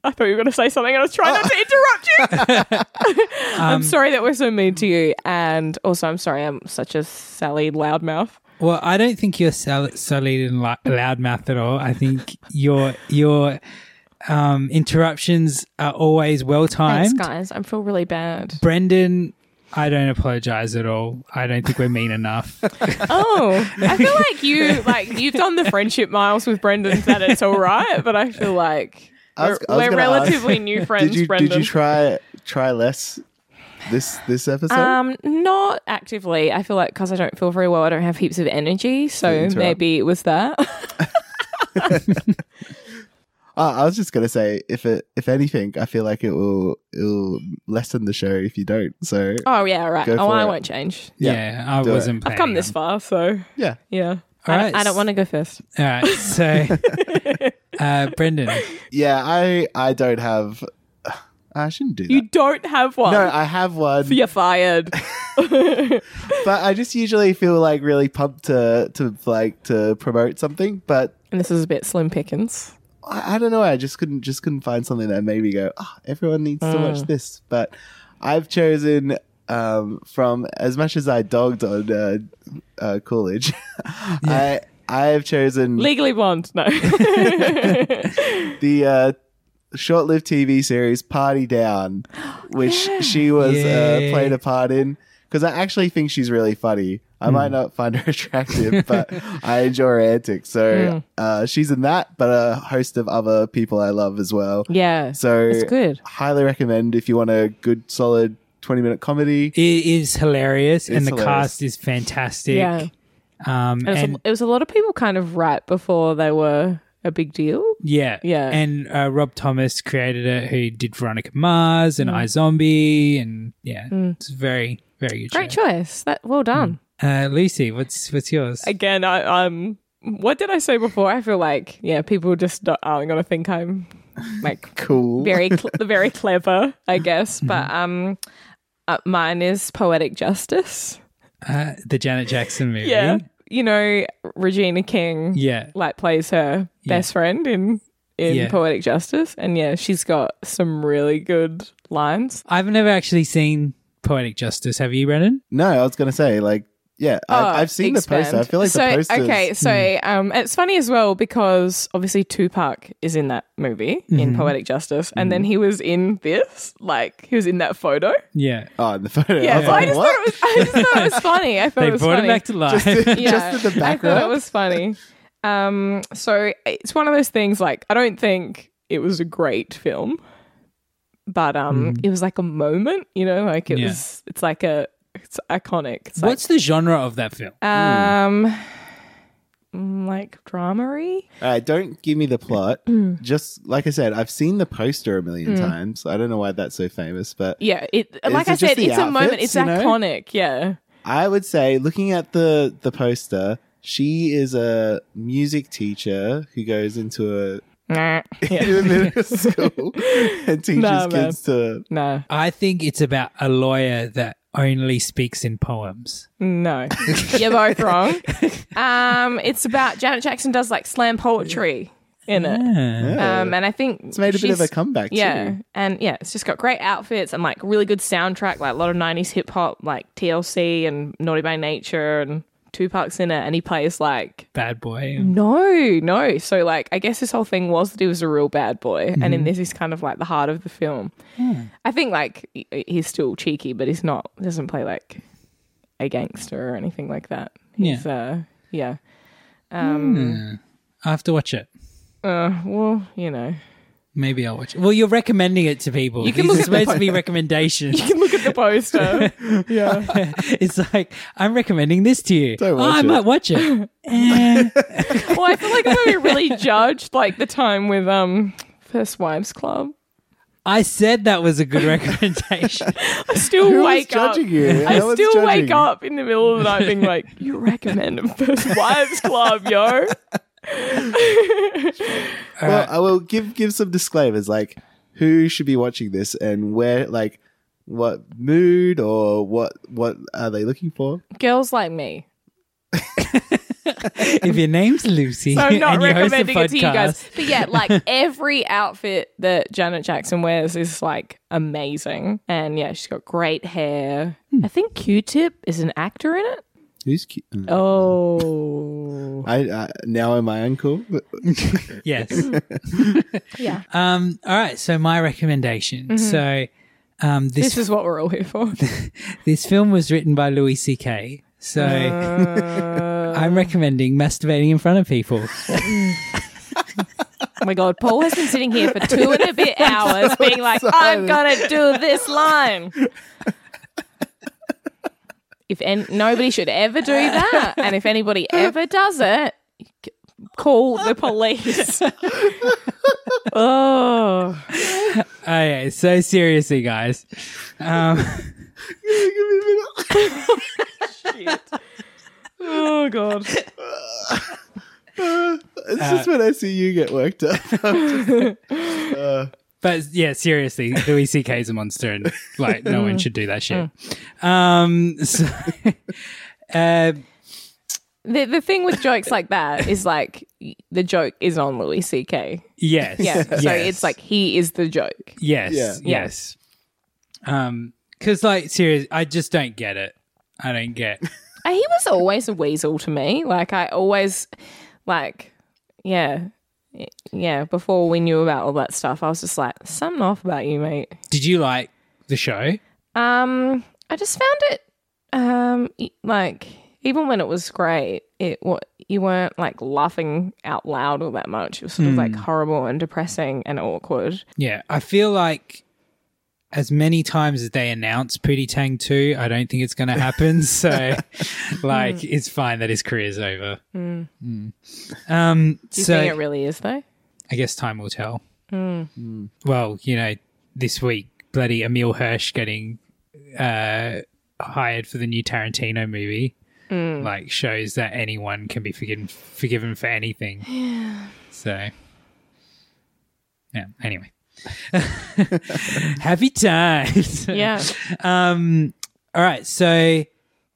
[SPEAKER 4] I thought you were going to say something, and I was trying not to interrupt you. I'm sorry that we're so mean to you. And also, I'm sorry I'm such a Sally loudmouth.
[SPEAKER 3] Well, I don't think you're sal- sullied and li- loudmouth at all. I think your your um, interruptions are always well
[SPEAKER 4] Thanks,
[SPEAKER 3] timed.
[SPEAKER 4] guys. I feel really bad.
[SPEAKER 3] Brendan, I don't apologize at all. I don't think we're mean
[SPEAKER 5] (laughs)
[SPEAKER 3] enough.
[SPEAKER 4] Oh, I feel like you like you've done the friendship miles with Brendan that it's all right, but I feel like
[SPEAKER 5] I was-
[SPEAKER 4] we're,
[SPEAKER 5] I was
[SPEAKER 4] we're
[SPEAKER 5] gonna ask,
[SPEAKER 4] relatively new friends,
[SPEAKER 5] (laughs) did you
[SPEAKER 4] Brendan.
[SPEAKER 5] did you try try less this this episode?
[SPEAKER 4] um, not actively. I feel like because I don't feel very well, I don't have heaps of energy, so
[SPEAKER 5] interrupt.
[SPEAKER 4] maybe it was that. (laughs)
[SPEAKER 5] Ah, I was just gonna say if it if anything, I feel like it will it'll lessen the show if you don't. So
[SPEAKER 4] oh yeah, right.
[SPEAKER 5] Go
[SPEAKER 4] oh,
[SPEAKER 5] for
[SPEAKER 4] I
[SPEAKER 5] it.
[SPEAKER 4] won't change.
[SPEAKER 3] yeah, I
[SPEAKER 5] do it.
[SPEAKER 3] wasn't.
[SPEAKER 4] I've come
[SPEAKER 3] planning
[SPEAKER 4] this
[SPEAKER 3] on-
[SPEAKER 4] far, so
[SPEAKER 5] yeah.
[SPEAKER 4] yeah.
[SPEAKER 3] All
[SPEAKER 4] I,
[SPEAKER 3] right.
[SPEAKER 4] don't, I don't want to go first.
[SPEAKER 3] All right, so
[SPEAKER 4] (laughs)
[SPEAKER 3] uh, Brendan,
[SPEAKER 5] Yeah, I I don't have (sighs) I shouldn't do that.
[SPEAKER 4] You don't have one.
[SPEAKER 5] no, I have one.
[SPEAKER 4] You're fired. (laughs)
[SPEAKER 5] But I just usually feel like really pumped to to like to promote something, but
[SPEAKER 4] and this is a bit slim pickings.
[SPEAKER 5] I, I don't know. I just couldn't just couldn't find something that made me go, oh, everyone needs to watch this. But I've chosen um, from as much as I dogged on uh, uh, Coolidge, (laughs) I I have chosen
[SPEAKER 4] Legally blonde. No.
[SPEAKER 5] the uh, short-lived TV series
[SPEAKER 4] (gasps)
[SPEAKER 5] Party Down, which she was uh,
[SPEAKER 3] Yay.
[SPEAKER 5] played a part in. Because I actually think she's really funny. I might not find her (laughs) attractive, but I enjoy her antics.
[SPEAKER 4] Hmm.
[SPEAKER 5] So uh, she's in that, but a host of other people I love as well.
[SPEAKER 4] yeah.
[SPEAKER 5] So
[SPEAKER 4] it's good.
[SPEAKER 5] Highly recommend if you want a good, solid twenty-minute comedy.
[SPEAKER 3] it is hilarious,
[SPEAKER 5] It's
[SPEAKER 3] and the
[SPEAKER 5] hilarious.
[SPEAKER 3] cast is fantastic.
[SPEAKER 4] Yeah.
[SPEAKER 3] Um,
[SPEAKER 4] It was,
[SPEAKER 3] and
[SPEAKER 4] a, it was a lot of people kind of right before they were a big deal.
[SPEAKER 3] Yeah.
[SPEAKER 4] Yeah.
[SPEAKER 3] And uh, Rob Thomas created it, who did Veronica Mars
[SPEAKER 4] Mm.
[SPEAKER 3] and iZombie. And yeah, it's very, very good.
[SPEAKER 4] Great
[SPEAKER 3] show.
[SPEAKER 4] choice. That well done.
[SPEAKER 3] Uh, Lucy, what's what's yours?
[SPEAKER 4] Mm. Again, I, I'm. What did I say before? I feel like yeah, people just don't- aren't going to think I'm like (laughs)
[SPEAKER 5] Cool.
[SPEAKER 4] very cl- very clever, I guess. But um, uh, mine is poetic justice.
[SPEAKER 3] Uh, the Janet Jackson movie.
[SPEAKER 4] Yeah, you know Regina King.
[SPEAKER 3] Yeah.
[SPEAKER 4] like plays her best friend in in
[SPEAKER 3] Yeah.
[SPEAKER 4] poetic justice, and yeah, she's got some really good lines.
[SPEAKER 3] I've never actually seen Poetic Justice. Have you, Brennan?
[SPEAKER 5] No, I was gonna say like, yeah, I, I've seen the poster.
[SPEAKER 4] Oh,
[SPEAKER 5] I
[SPEAKER 4] Expand.
[SPEAKER 5] feel like
[SPEAKER 4] so,
[SPEAKER 5] the Hmm. poster.
[SPEAKER 4] Okay, so um, it's funny as well because obviously Tupac is in that movie in
[SPEAKER 5] Mm-hmm.
[SPEAKER 4] Poetic Justice, and then he was in this, like he was in that photo.
[SPEAKER 3] Yeah.
[SPEAKER 5] Oh, in the photo.
[SPEAKER 4] Yeah,
[SPEAKER 5] I was
[SPEAKER 4] so I
[SPEAKER 5] like,
[SPEAKER 4] just
[SPEAKER 5] what? (laughs)
[SPEAKER 4] thought it was. I just thought it was funny. I thought
[SPEAKER 3] They
[SPEAKER 4] it was
[SPEAKER 3] brought
[SPEAKER 4] funny.
[SPEAKER 3] (laughs) it back to life.
[SPEAKER 4] yeah,
[SPEAKER 5] Just in the
[SPEAKER 4] I
[SPEAKER 5] back
[SPEAKER 4] thought it
[SPEAKER 5] row?
[SPEAKER 4] was funny. Um, so it's one of those things like I don't think it was a great film, but um,
[SPEAKER 5] Mm.
[SPEAKER 4] it was like a moment, you know, like it
[SPEAKER 3] Yeah.
[SPEAKER 4] was it's like a it's iconic. It's
[SPEAKER 3] What's the genre of that film?
[SPEAKER 4] like, um mm, like dramery?
[SPEAKER 5] All right, don't give me
[SPEAKER 4] (clears throat)
[SPEAKER 5] the plot.
[SPEAKER 4] Mm.
[SPEAKER 5] Just like I said, I've seen the poster a million times. I don't know why that's so famous, but
[SPEAKER 4] Yeah, it like
[SPEAKER 5] it
[SPEAKER 4] I
[SPEAKER 5] just
[SPEAKER 4] said,
[SPEAKER 5] the
[SPEAKER 4] it's a moment,
[SPEAKER 5] outfits,
[SPEAKER 4] it's
[SPEAKER 5] you know?
[SPEAKER 4] iconic, yeah.
[SPEAKER 5] I would say, looking at the the poster, she is a music teacher who goes into a, (laughs)
[SPEAKER 4] Nah. yeah.
[SPEAKER 5] into
[SPEAKER 4] (laughs)
[SPEAKER 5] a middle school and teaches
[SPEAKER 4] Nah, man.
[SPEAKER 5] kids to.
[SPEAKER 4] No,
[SPEAKER 3] I think it's about a lawyer that only speaks in poems.
[SPEAKER 5] (laughs)
[SPEAKER 4] no, you're both wrong. Um, it's about Janet Jackson does like slam poetry in it. Um, and I think
[SPEAKER 5] It's made a bit of a comeback.
[SPEAKER 4] Yeah,
[SPEAKER 5] too.
[SPEAKER 4] and yeah, it's just got great outfits and like really good soundtrack, like a lot of '90s hip hop, like TLC and Naughty by Nature, and Tupac's in it, and he plays like
[SPEAKER 3] Bad boy.
[SPEAKER 4] no, no. So like, I guess this whole thing was that he was a real bad boy, and
[SPEAKER 5] Mm-hmm.
[SPEAKER 4] in this, he's kind of like the heart of the film. I think like he- he's still cheeky, but he's not doesn't play like a gangster or anything like that. He's, yeah, uh, yeah.
[SPEAKER 3] I have to watch it.
[SPEAKER 4] Uh, well, you know. (laughs)
[SPEAKER 3] Maybe I'll watch it. Well, you're recommending it to people. You
[SPEAKER 4] can
[SPEAKER 3] These
[SPEAKER 4] look
[SPEAKER 3] are
[SPEAKER 4] at the
[SPEAKER 3] supposed
[SPEAKER 4] (laughs)
[SPEAKER 3] to be recommendations.
[SPEAKER 4] Look at the
[SPEAKER 5] (laughs)
[SPEAKER 4] poster. yeah.
[SPEAKER 3] (laughs) it's like, I'm recommending this to you.
[SPEAKER 5] Don't
[SPEAKER 3] oh,
[SPEAKER 5] watch
[SPEAKER 3] I
[SPEAKER 5] it.
[SPEAKER 3] might watch
[SPEAKER 4] (laughs)
[SPEAKER 3] it. Eh.
[SPEAKER 4] Well, I feel like I'm gonna be really judged, like the time with um First Wives Club.
[SPEAKER 3] I said that was a good (laughs) recommendation.
[SPEAKER 4] I still
[SPEAKER 5] Who was
[SPEAKER 4] wake up.
[SPEAKER 5] judging you?
[SPEAKER 4] (laughs) I
[SPEAKER 5] No one's
[SPEAKER 4] still wake
[SPEAKER 5] judging.
[SPEAKER 4] up in the middle of the night being like, "You recommend a First Wives Club,
[SPEAKER 5] (laughs)
[SPEAKER 4] yo?"
[SPEAKER 5] Well, I will give give some disclaimers, like who should be watching this and where, like what mood or what what are they looking for?
[SPEAKER 4] Girls like me.
[SPEAKER 3] if your name's
[SPEAKER 4] (laughs)
[SPEAKER 3] Lucy
[SPEAKER 4] So I'm not
[SPEAKER 3] (laughs) and you host a
[SPEAKER 4] recommending it
[SPEAKER 3] podcast,
[SPEAKER 4] to you guys. But yeah, like
[SPEAKER 3] (laughs)
[SPEAKER 4] every outfit that Janet Jackson wears is like amazing. And yeah, she's got great hair. Hmm. I think Q Tip is an actor in it.
[SPEAKER 5] Who's cute?
[SPEAKER 3] (laughs)
[SPEAKER 4] Oh.
[SPEAKER 5] I uh, now am I (laughs) uncle?
[SPEAKER 3] yes.
[SPEAKER 4] (laughs) Yeah.
[SPEAKER 3] Um, all right. So my recommendation. So um, this
[SPEAKER 4] Mm-hmm. This is what we're all here
[SPEAKER 3] (laughs)
[SPEAKER 4] for.
[SPEAKER 3] This film was written by Louis C.K. So
[SPEAKER 4] Uh.
[SPEAKER 3] (laughs) I'm recommending masturbating in front of people.
[SPEAKER 4] Oh my god, Paul has been sitting here for two (laughs) and a bit hours being like, I'm gonna do this line. If en- nobody should ever do that, and if anybody ever does it, c- call the (laughs) police. oh,
[SPEAKER 3] Okay, so seriously, guys. Um, (laughs)
[SPEAKER 5] (laughs)
[SPEAKER 4] oh god.
[SPEAKER 5] It's just when I see you get worked up. (laughs)
[SPEAKER 3] but yeah, seriously, Louis C.K. is a monster, and like no one should do that shit.
[SPEAKER 4] Mm.
[SPEAKER 3] Um, (laughs) so, uh,
[SPEAKER 4] The, the thing with jokes like that is like y- the joke is on Louis C.K.
[SPEAKER 3] yes,
[SPEAKER 4] Yeah, so
[SPEAKER 3] yes.
[SPEAKER 4] it's like he is the joke.
[SPEAKER 3] Yes.
[SPEAKER 5] Yeah.
[SPEAKER 4] Yeah.
[SPEAKER 3] Yes. Um, cause like seriously, I just don't get it. I don't get.
[SPEAKER 4] Uh, He was always a weasel to me. Like I always, like, yeah, Y- yeah. Before we knew about all that stuff, I was just like, something off about you, mate.
[SPEAKER 3] Did you like the show?
[SPEAKER 4] Um, I just found it, um, e- like even when it was great, it what you weren't like laughing out loud all that much. It was sort of like horrible and depressing and awkward.
[SPEAKER 3] Yeah, I feel like as many times as they announce Pootie Tang 2, I don't think it's going to happen. So, like, it's fine that his career's over. Mm. Um,
[SPEAKER 4] Do you
[SPEAKER 3] so,
[SPEAKER 4] think it really is though?
[SPEAKER 3] I guess time will tell. Well, you know, this week, bloody Emil Hirsch getting uh, hired for the new Tarantino movie. Like shows that anyone can be forgiven forgiven for anything. Yeah. So yeah. Anyway, (laughs) happy times. (laughs)
[SPEAKER 4] Yeah.
[SPEAKER 3] Um. All right. So,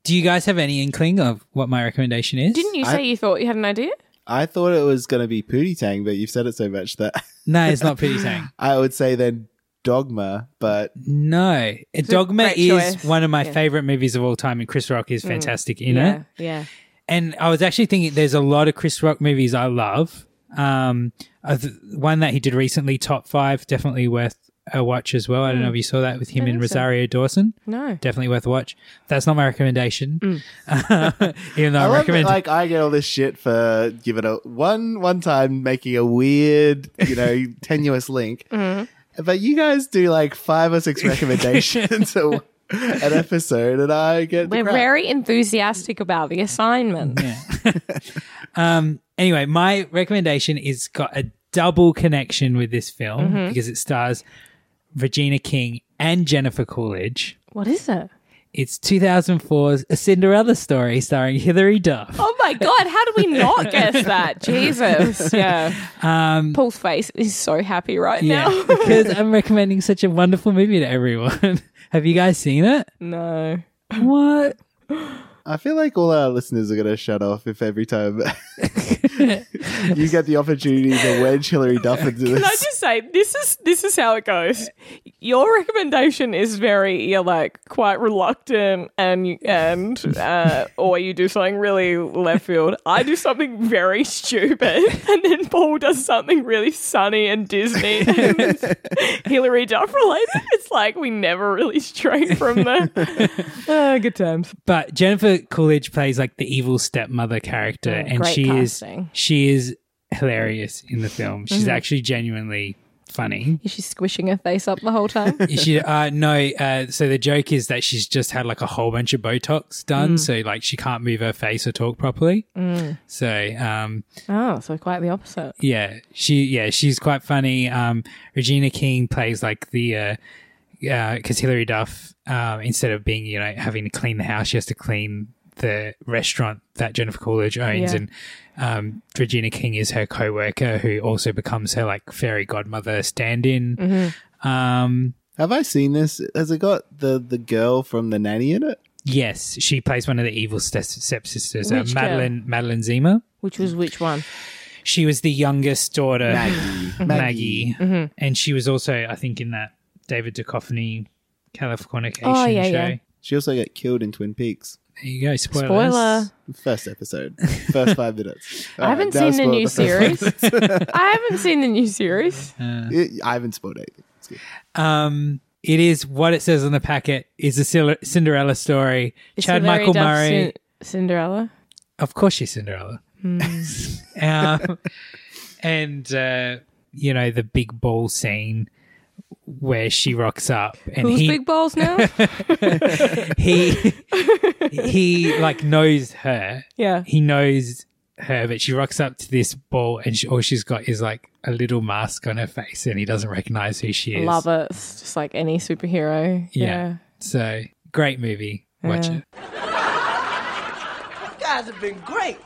[SPEAKER 3] do you guys have any inkling of what my recommendation is?
[SPEAKER 4] Didn't you say you thought you had an idea?
[SPEAKER 5] I thought it was going to be Pootie Tang, but you've said it so much that (laughs)
[SPEAKER 3] No, it's not Pootie Tang.
[SPEAKER 5] I would say then Dogma. But
[SPEAKER 3] No, Dogma
[SPEAKER 4] great
[SPEAKER 3] is
[SPEAKER 4] choice. Mm.
[SPEAKER 3] one of my favorite movies of all time, and Chris Rock is fantastic in
[SPEAKER 4] Yeah.
[SPEAKER 3] it.
[SPEAKER 4] Yeah.
[SPEAKER 3] And I was actually thinking, there's a lot of Chris Rock movies uh, I love. Um, I th- one that he did recently, Top Five, definitely worth a watch as well. I don't know if you saw that with him
[SPEAKER 4] Mm. I
[SPEAKER 3] and
[SPEAKER 4] think so.
[SPEAKER 3] Rosario Dawson.
[SPEAKER 4] No.
[SPEAKER 3] Definitely worth a watch. That's not my recommendation.
[SPEAKER 4] Mm.
[SPEAKER 3] (laughs) Even though
[SPEAKER 5] I
[SPEAKER 3] I,
[SPEAKER 5] love that,
[SPEAKER 3] recommend
[SPEAKER 5] like I get all this shit for give it a one one time making a weird, you know, tenuous link. But you guys do like five or six recommendations a, an episode, and I get the
[SPEAKER 4] We're
[SPEAKER 5] crap.
[SPEAKER 4] very enthusiastic about the assignment.
[SPEAKER 3] anyway, my recommendation is got a double connection with this film
[SPEAKER 4] Mm-hmm.
[SPEAKER 3] because it stars Regina King and Jennifer Coolidge.
[SPEAKER 4] What is it?
[SPEAKER 3] It's 2004's A Cinderella Story starring Hilary Duff.
[SPEAKER 4] Oh my god! How do we not guess that? Jesus, yeah. Paul's face is so happy right
[SPEAKER 3] yeah, (laughs)
[SPEAKER 4] now.
[SPEAKER 3] because I'm recommending such a wonderful movie to everyone. (laughs) Have you guys seen it?
[SPEAKER 4] no,
[SPEAKER 3] What?
[SPEAKER 5] I feel like all our listeners are going to shut off if
[SPEAKER 4] (laughs)
[SPEAKER 5] every time you get the opportunity to wedge Hillary Duff into this.
[SPEAKER 4] Can I just say this is this is how it goes. Your recommendation is very you're like quite reluctant and and uh, or you do something really left field. I do something very stupid, (laughs) and then Paul does something really sunny and Disney and Hillary Duff related. It's like we never really stray from the uh, good times.
[SPEAKER 3] But Jennifer Coolidge plays like the evil stepmother character,
[SPEAKER 4] Oh,
[SPEAKER 3] and
[SPEAKER 4] great
[SPEAKER 3] she is
[SPEAKER 4] casting. Mm-hmm.
[SPEAKER 3] she is hilarious in the film. She's actually genuinely funny.
[SPEAKER 4] Is she squishing her face up the whole time?
[SPEAKER 3] she uh no uh so the joke is that she's just had like a whole bunch of botox
[SPEAKER 4] Mm.
[SPEAKER 3] done so like she can't move her face or talk properly so um
[SPEAKER 4] (laughs) Oh, so quite the opposite.
[SPEAKER 3] yeah she yeah she's quite funny um regina king plays like the uh because Hilary Duff, um, instead of being, you know, having to clean the house, she has to clean the restaurant that Jennifer Coolidge owns,
[SPEAKER 4] Yeah.
[SPEAKER 3] and um, Regina King is her co-worker who also becomes her like fairy godmother stand-in.
[SPEAKER 4] Mm-hmm.
[SPEAKER 3] Um,
[SPEAKER 5] Have I seen this? Has it got the, the girl from The Nanny in it?
[SPEAKER 3] Yes, she plays one of the evil ste- stepsisters, uh,
[SPEAKER 4] Which girl?
[SPEAKER 3] Madeline Madeline Zima.
[SPEAKER 4] Which was which one?
[SPEAKER 3] She was the youngest daughter,
[SPEAKER 5] Maggie.
[SPEAKER 3] Maggie,
[SPEAKER 4] Mm-hmm.
[SPEAKER 3] and she was also, I think, in that David Duchovny Californication
[SPEAKER 4] Oh, yeah,
[SPEAKER 3] show.
[SPEAKER 4] yeah.
[SPEAKER 5] She also got killed in Twin Peaks.
[SPEAKER 3] There you go, spoilers.
[SPEAKER 4] Spoiler.
[SPEAKER 5] First episode, first five minutes.
[SPEAKER 4] (laughs)
[SPEAKER 5] All
[SPEAKER 4] I
[SPEAKER 5] right,
[SPEAKER 4] haven't
[SPEAKER 5] now
[SPEAKER 4] seen the
[SPEAKER 5] spoil
[SPEAKER 4] new
[SPEAKER 5] first five
[SPEAKER 4] series. (laughs) I haven't seen the new series.
[SPEAKER 5] minutes. It- I haven't spoiled it. It's good.
[SPEAKER 3] Um, it is what it says on the packet. Is a Cil- Cinderella story.
[SPEAKER 4] Is
[SPEAKER 3] Chad
[SPEAKER 4] Hilary
[SPEAKER 3] Michael
[SPEAKER 4] Duff
[SPEAKER 3] Murray.
[SPEAKER 4] Cin- Cinderella.
[SPEAKER 3] Of course, she's Cinderella.
[SPEAKER 4] Hmm.
[SPEAKER 3] (laughs)
[SPEAKER 4] (laughs)
[SPEAKER 3] um, and uh, you know the big ball scene where she rocks up, and
[SPEAKER 4] Who's
[SPEAKER 3] he
[SPEAKER 4] Big Balls now? (laughs)
[SPEAKER 3] he he like knows her.
[SPEAKER 4] yeah.
[SPEAKER 3] He knows her, but she rocks up to this ball, and she, all she's got is like a little mask on her face, and he doesn't recognize who she is.
[SPEAKER 4] Love it. It's just like any superhero.
[SPEAKER 3] Yeah.
[SPEAKER 4] Yeah.
[SPEAKER 3] So great movie. Watch
[SPEAKER 4] Yeah.
[SPEAKER 3] it.
[SPEAKER 6] You guys have been great.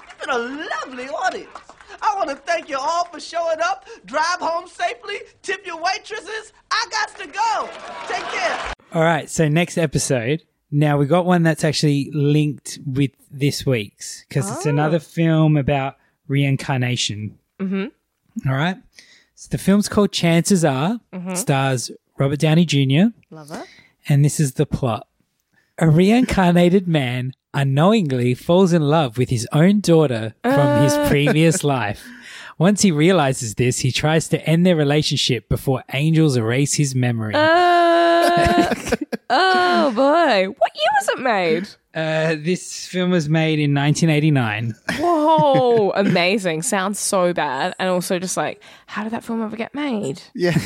[SPEAKER 6] You've been a lovely audience. I want to thank you all for showing up. Drive home safely. Tip your waitresses. I got to go. Take care.
[SPEAKER 3] All right. So next episode. Now we got one that's actually linked with this week's because
[SPEAKER 4] Oh.
[SPEAKER 3] it's another film about reincarnation. Mm-hmm. right. So the film's called Chances Are. It stars Robert Downey Jr.
[SPEAKER 4] Mm-hmm. Love it.
[SPEAKER 3] And this is the plot. A reincarnated (laughs) man unknowingly falls in love with his own daughter from
[SPEAKER 4] Uh.
[SPEAKER 3] his
[SPEAKER 4] (laughs)
[SPEAKER 3] previous life. Once he realizes this, he tries to end their relationship before angels erase his memory.
[SPEAKER 4] Uh, oh boy. What year was it made?
[SPEAKER 3] Uh, this film was made in 1989.
[SPEAKER 4] Whoa. Amazing. Sounds so bad. And also just like, how did that film ever get made?
[SPEAKER 5] (laughs) Yeah,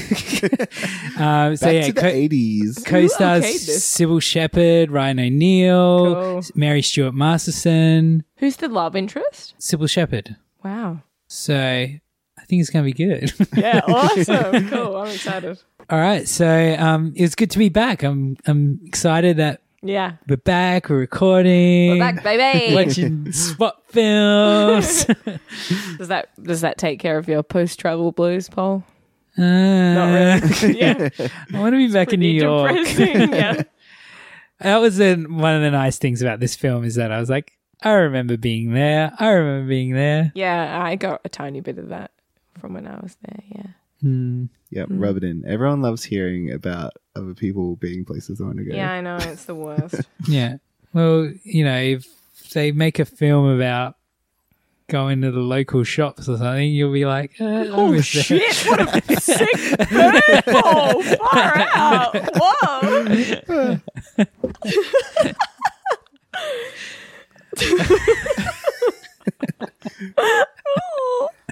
[SPEAKER 3] Um, so
[SPEAKER 5] back
[SPEAKER 3] yeah,
[SPEAKER 5] to the
[SPEAKER 3] co-
[SPEAKER 5] eighties.
[SPEAKER 3] co-stars
[SPEAKER 4] Who okayed this?
[SPEAKER 3] Sybil Shepherd, Ryan O'Neill,
[SPEAKER 4] Cool.
[SPEAKER 3] Mary Stuart Masterson,
[SPEAKER 4] Who's the love interest?
[SPEAKER 3] Sybil Shepherd.
[SPEAKER 4] Wow.
[SPEAKER 3] So I think it's going to be good. (laughs)
[SPEAKER 4] Yeah. Awesome. cool. I'm excited.
[SPEAKER 3] All right, so um, it was good to be back. I'm I'm excited that
[SPEAKER 4] Yeah.
[SPEAKER 3] we're back. We're recording.
[SPEAKER 4] We're back, baby.
[SPEAKER 3] Watching spot films.
[SPEAKER 4] does that does that take care of your post travel blues, Paul?
[SPEAKER 3] Not (laughs)
[SPEAKER 4] really. yeah.
[SPEAKER 3] I want to be back in New
[SPEAKER 4] Pretty
[SPEAKER 3] York. (laughs)
[SPEAKER 4] depressing. Yeah.
[SPEAKER 3] that was the one of the nice things about this film is that I was like, I remember being there. I remember being there.
[SPEAKER 4] Yeah, I got a tiny bit of that from when I was there. Yeah.
[SPEAKER 5] Yep,
[SPEAKER 4] Mm.
[SPEAKER 5] rub it in. Everyone loves hearing about other people being places they want to go.
[SPEAKER 4] Yeah, I know it's the
[SPEAKER 3] (laughs)
[SPEAKER 4] worst.
[SPEAKER 3] Yeah. Well, you know, if they make a film about go into the local shops or something, you'll be like, uh, oh
[SPEAKER 4] Shit, what a sick curveball! Oh, Far out! Whoa!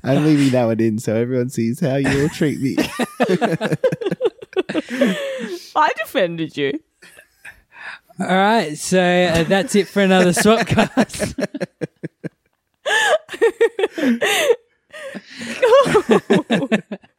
[SPEAKER 5] I'm leaving that one in so everyone sees how you'll treat me.
[SPEAKER 4] (laughs) (laughs) I defended (laughs) you.
[SPEAKER 3] All right, so uh, that's it for another swapcast.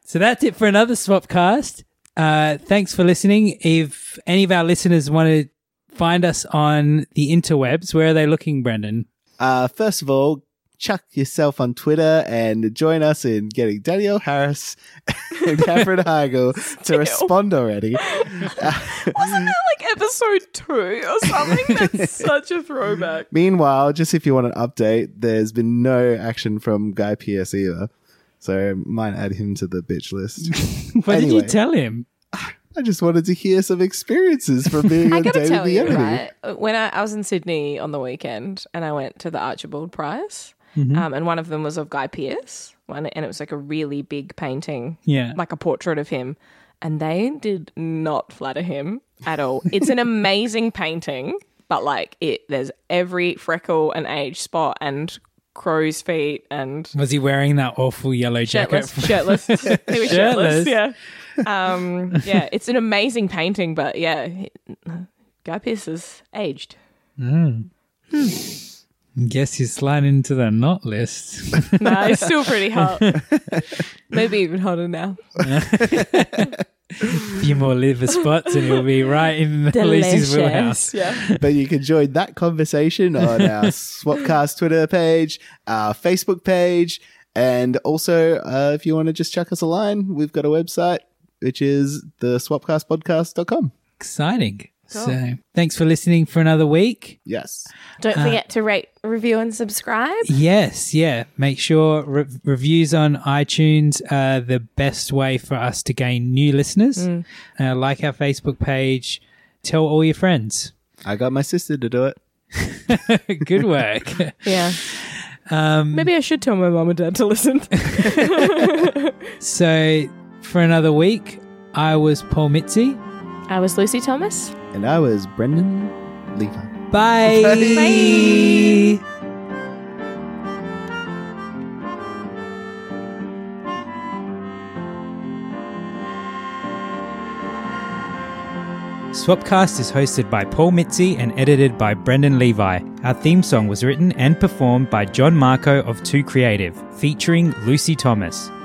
[SPEAKER 3] so that's it for another swapcast. Uh, thanks for listening. If any of our listeners want to find us on the interwebs, where are they looking, Brendan? (laughs)
[SPEAKER 5] Uh, first of all, chuck yourself on Twitter and join us in getting Danielle Harris (laughs) and
[SPEAKER 4] (laughs)
[SPEAKER 5] Catherine Heigl to respond already.
[SPEAKER 4] Wasn't that like episode two or something? (laughs) That's such a throwback.
[SPEAKER 5] Meanwhile, just if you want an update, there's been no action from Guy Pearce either. So I might add him to the bitch list.
[SPEAKER 4] (laughs)
[SPEAKER 3] What did you
[SPEAKER 5] Anyway.
[SPEAKER 3] tell him?
[SPEAKER 5] I just wanted to hear some experiences from
[SPEAKER 4] (laughs)
[SPEAKER 5] being
[SPEAKER 4] I
[SPEAKER 5] on
[SPEAKER 4] gotta
[SPEAKER 5] Dating
[SPEAKER 4] tell
[SPEAKER 5] the
[SPEAKER 4] you,
[SPEAKER 5] Enemy.
[SPEAKER 4] right? When I, I was in Sydney on the weekend and I went to the Archibald Prize, um, and one of them was of Guy Pearce, one, and it was like a really big painting,
[SPEAKER 3] Yeah.
[SPEAKER 4] like a portrait of him, and they did not flatter him at all. it's an amazing (laughs) painting, but like it, there's every freckle and age spot and crow's feet and
[SPEAKER 3] Was he wearing that awful yellow jacket?
[SPEAKER 4] shirtless, (laughs) shirtless. he was shirtless.
[SPEAKER 3] Shirtless.
[SPEAKER 4] Yeah. Um, yeah, it's an amazing painting, but yeah, he- Guy Pearce is aged.
[SPEAKER 3] Guess he's sliding into the not list. (laughs)
[SPEAKER 4] Nah, (laughs) it's still pretty hot. Maybe even hotter now.
[SPEAKER 3] A few more liver spots, and he'll be right in Lucy's wheelhouse.
[SPEAKER 4] Yeah.
[SPEAKER 5] But you can join that conversation on our Swapcast Twitter page, our Facebook page, and also uh, if you want to just chuck us a line, we've got a website, which is the swapcastpodcast.com.
[SPEAKER 3] exciting. So, thanks for listening for another week.
[SPEAKER 5] Yes.
[SPEAKER 4] Don't forget to rate, review, and subscribe.
[SPEAKER 3] Yes, yeah. Make sure re- reviews on iTunes are the best way for us to gain new listeners. Uh, like our Facebook page. Tell all your friends. (laughs)
[SPEAKER 5] I got my sister to do it.
[SPEAKER 3] Good work. (laughs)
[SPEAKER 4] Yeah. Um, Maybe I should tell my mum and dad to listen.
[SPEAKER 3] so, for another week, I was Paul Mitzi.
[SPEAKER 4] I was Lucy Thomas.
[SPEAKER 5] And I was Brendan Lever.
[SPEAKER 3] Bye.
[SPEAKER 4] Bye.
[SPEAKER 3] Swapcast is hosted by Paul Mitzi and edited by Brendan Levi. Our theme song was written and performed by John Marco of Two Creative, featuring Lucy Thomas,